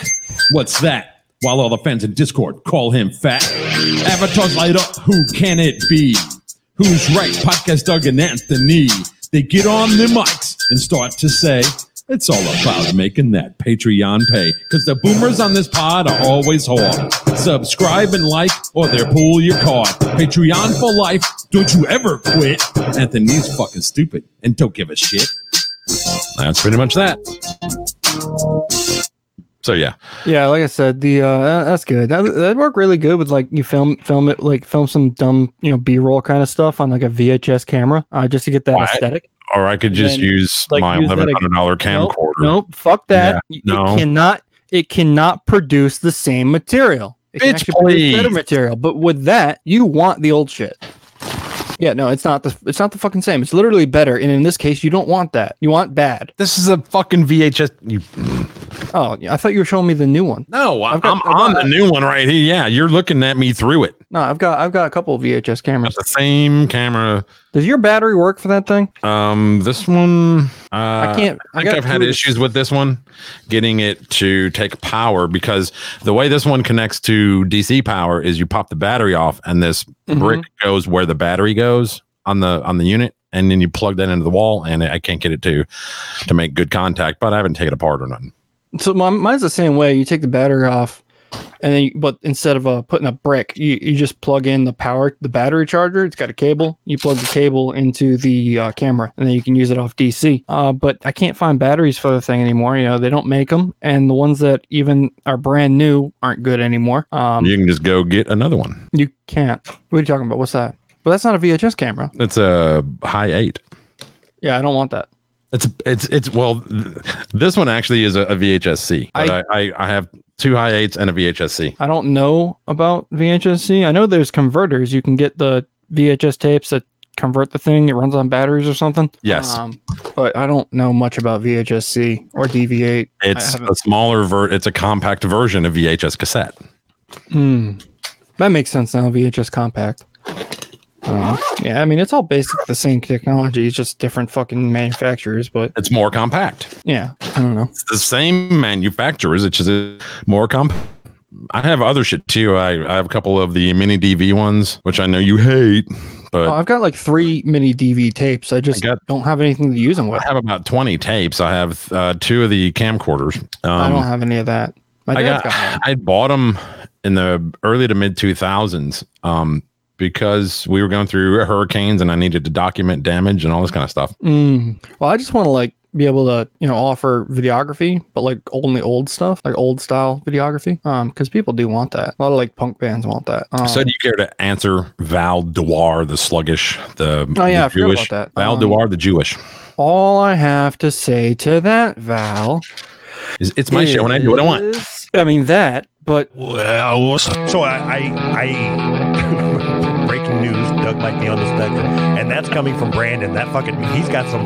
Speaker 2: What's that? While all the fans in Discord call him fat. Avatars light up. Who can it be? Who's right? Podcast Doug and Anthony. They get on their mics and start to say, it's all about making that Patreon pay. Because the boomers on this pod are always hard. Subscribe and like, or they'll pull your card. Patreon for life. Don't you ever quit. Anthony's fucking stupid and don't give a shit.
Speaker 10: That's pretty much that. So yeah,
Speaker 1: Yeah, like I said, the uh, that- that's good. That that'd work really good with like you film film it like film some dumb you know B roll kind of stuff on like a VHS camera uh, just to get that
Speaker 10: Why?
Speaker 1: aesthetic.
Speaker 10: or I could just
Speaker 1: And then,
Speaker 10: use
Speaker 1: like,
Speaker 10: my
Speaker 1: use that
Speaker 10: eleven hundred dollar
Speaker 1: Nope,
Speaker 10: camcorder.
Speaker 1: Nope, fuck that.
Speaker 10: Yeah,
Speaker 1: It-
Speaker 10: no.
Speaker 1: It cannot it cannot produce the same material. It can
Speaker 10: Bitch,
Speaker 1: actually produce
Speaker 10: please.
Speaker 1: better material. But with that, you want the old shit. Yeah, no, it's not the it's not the fucking same. It's literally better. And in this case, you don't want that. You want bad.
Speaker 10: This is a fucking VHS. You,
Speaker 1: Oh, yeah, I thought you were showing me the new one.
Speaker 10: no, I-
Speaker 1: I've got-
Speaker 10: I'm
Speaker 1: I've
Speaker 10: on
Speaker 1: got-
Speaker 10: the new one right here. Yeah, you're looking at me through it.
Speaker 1: No, I've got I've got a couple of VHS cameras.
Speaker 10: The same camera.
Speaker 1: Does your battery work for that thing?
Speaker 10: Um, this one. Uh, I
Speaker 1: can't- I
Speaker 10: I think
Speaker 1: got
Speaker 10: I've had
Speaker 1: two-
Speaker 10: issues with this one, getting it to take power because the way this one connects to DC power is you pop the battery off, and this brick goes where the battery goes on the on the unit, and then you plug that into the wall, and I can't get it to to make good contact. But I haven't taken it apart or nothing.
Speaker 1: So my, mine's the same way. You take the battery off, and then you, but instead of uh, putting a brick, you, you just plug in the power, the battery charger. It's got a cable. You plug the cable into the uh, camera, and then you can use it off DC. Uh, but I can't find batteries for the thing anymore. You know they don't make them, and the ones that even are brand new aren't good anymore. Um,
Speaker 10: you can just go get another one.
Speaker 1: you can't. What are you talking about? What's that? But that's not a VHS camera.
Speaker 10: It's a high eight.
Speaker 1: Yeah, I don't want that.
Speaker 10: It's it's it's well, th- this one actually is a, a VHSC. But I, I I have two high eights and a VHSC.
Speaker 1: I don't know about VHSC. I know there's converters. You can get the VHS tapes that convert the thing. It runs on batteries or something. Um,
Speaker 10: Yes.
Speaker 1: but I don't know much about VHSC or DV8. I
Speaker 10: It's
Speaker 1: haven't-
Speaker 10: a smaller ver. It's a compact version of VHS cassette.
Speaker 1: Hmm. That makes sense now. VHS compact. Uh, yeah, I mean it's all basic the same technology. It's just different fucking manufacturers. But
Speaker 10: It's more compact.
Speaker 1: yeah, I don't know.
Speaker 10: It's the same manufacturers. It's just a- more comp. I have other shit too. I, I have a couple of the mini DV ones, which I know you hate, but
Speaker 1: Oh, I've got like three mini DV tapes. I just
Speaker 10: got-
Speaker 1: don't have anything to use them with.
Speaker 10: I have about twenty tapes. I have uh, two of the camcorders. Um,
Speaker 1: I don't have any of that. My
Speaker 10: I
Speaker 1: dad's
Speaker 10: got,
Speaker 1: got, one.
Speaker 10: I bought them in the early to mid 2000s. Um,
Speaker 2: because we were going through hurricanes and I needed to document damage and all this kind of stuff.
Speaker 1: Mm. Well, I just want to like be able to, you know, offer videography, but like only old stuff, like old style videography. Um, because people do want that. A lot of like punk bands want that. Um,
Speaker 2: so, do you care to answer Val Dwar, the sluggish, the,
Speaker 1: Oh, yeah,
Speaker 2: the
Speaker 1: I forgot about that.
Speaker 2: Val
Speaker 1: Um,
Speaker 2: Dwar, the Jewish?
Speaker 1: all I have to say to that, Val,
Speaker 2: It's, it's my show and I do what I want.
Speaker 1: is- I mean that, but
Speaker 7: Well, so I, I, I breaking news. Doug might be on the spectrum, and that's coming from Brandon. That fucking he's got some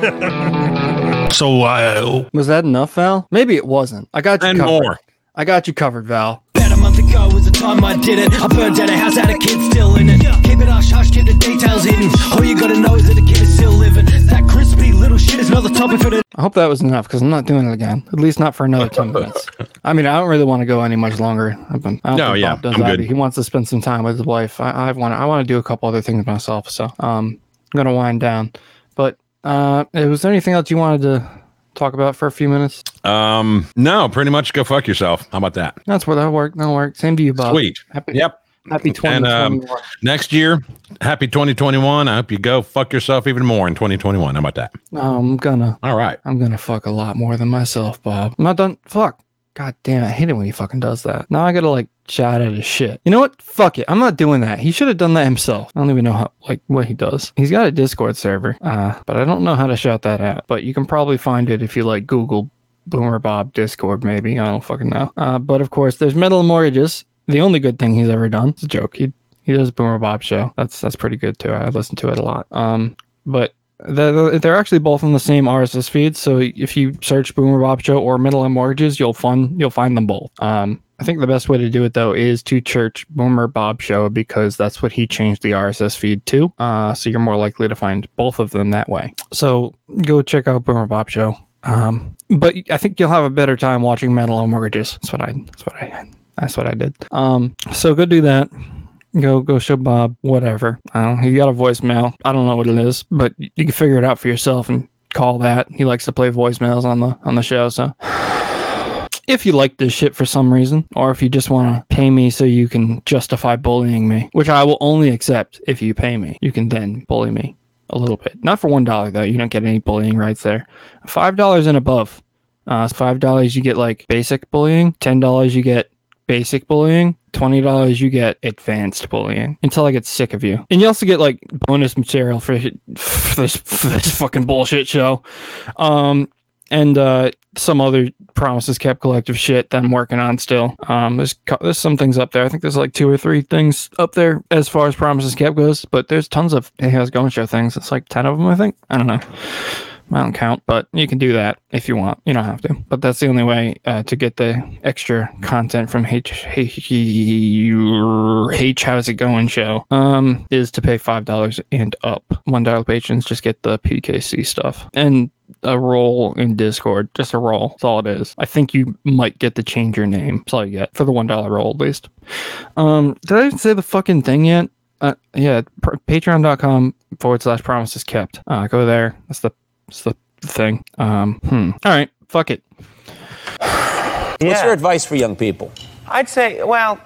Speaker 7: clout. so uh,
Speaker 1: was that enough, Val? Maybe it wasn't. I got you
Speaker 7: And
Speaker 1: covered.
Speaker 7: more.
Speaker 1: I got you covered, Val.
Speaker 13: ago was the time I did it. I burned down a house, had a kid still in it. Keep it hush hush, keep the details hidden. All you gotta know is that the kid is still living. That crispy little shit is not the topic for the
Speaker 1: I hope that was enough because I'm not doing it again. At least not for another ten minutes. I mean, I don't really want to go any much longer. I've been, I don't
Speaker 2: No,
Speaker 1: think
Speaker 2: yeah,
Speaker 1: Bob does
Speaker 2: I'm
Speaker 1: either.
Speaker 2: good.
Speaker 1: He wants to spend some time with his wife. I, I want to. I want to do a couple other things myself. So um, I'm gonna wind down. But uh, was there anything else you wanted to talk about for a few minutes?
Speaker 2: Um, no, pretty much go fuck yourself. How about that?
Speaker 1: That's what that'll work. That'll work. Same to you, Bob.
Speaker 2: Sweet.
Speaker 1: Happy,
Speaker 2: Yep.
Speaker 1: Happy
Speaker 2: And
Speaker 1: 2021.
Speaker 2: um, next year, happy 2021. I hope you go fuck yourself even more in 2021. How about that?
Speaker 1: I'm gonna.
Speaker 2: All right.
Speaker 1: I'm gonna fuck a lot more than myself, Bob. I'm not done. Fuck. God damn, it, I hate it when he fucking does that. Now I gotta like shout at his shit. You know what? Fuck it. I'm not doing that. He should have done that himself. I don't even know how like what he does. He's got a Discord server, uh, but I don't know how to shout that out. But you can probably find it if you like Google Boomer Bob Discord, maybe. I don't fucking know. Uh, but of course, there's Metal and Mortgages. The only good thing he's ever done. It's a joke. He he does Boomer Bob show. That's that's pretty good too. I listen to it a lot. Um, but they're, they're actually both on the same RSS feed. So if you search Boomer Bob Show or Middle and Mortgages, you'll find you'll find them both. Um, I think the best way to do it though is to search Boomer Bob Show because that's what he changed the RSS feed to. Uh, so you're more likely to find both of them that way. So go check out Boomer Bob Show. Um, but I think you'll have a better time watching Metal and Mortgages. That's what I. That's what I. That's what I did. Um, so go do that. Go go show Bob whatever. I don't. He got a voicemail. I don't know what it is, but you can figure it out for yourself and call that. He likes to play voicemails on the on the show. So if you like this shit for some reason, or if you just want to pay me so you can justify bullying me, which I will only accept if you pay me, you can then bully me a little bit. Not for one dollar though. You don't get any bullying rights there. Five dollars and above. Uh, five dollars you get like basic bullying. Ten dollars you get basic bullying. Twenty dollars you get advanced bullying until I get sick of you. And you also get like bonus material for, for this for this fucking bullshit show, um, and uh, some other promises kept collective shit that I'm working on still. Um, there's co- there's some things up there. I think there's like two or three things up there as far as promises kept goes, but there's tons of hey how's it going show things. It's like ten of them I think. I don't know. I don't count, but you can do that if you want. You don't have to. But that's the only way uh, to get the extra content from H, H, H How's It Going show um, is to pay $5 and up. $1 patrons just get the PKC stuff. And a role in Discord, just a role. That's all it is. I think you might get to change your name. That's all you get for the one dollar role at least. Um, did I even say the fucking thing yet? Uh, yeah, pr- patreon.com forward slash promises kept. Uh, go there. That's the that's the thing. Um, hmm. All right, fuck it.
Speaker 12: What's your advice for young people? I'd say, well,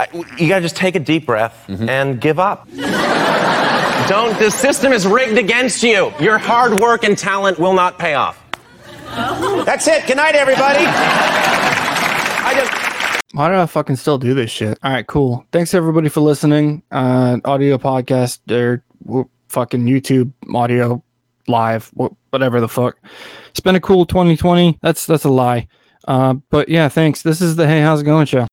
Speaker 12: I, you got to just take a deep breath and give up. Mm-hmm. Don't, the system is rigged against you. Your hard work and talent will not pay off. That's it. Good night, everybody.
Speaker 1: Why do I fucking still do this shit? All right, cool. Thanks everybody for listening. Uh, audio podcast or w- fucking YouTube audio live, wh- whatever the fuck. It's been a cool 2020. That's that's a lie. Uh, but yeah, thanks. This is the Hey, how's it going show.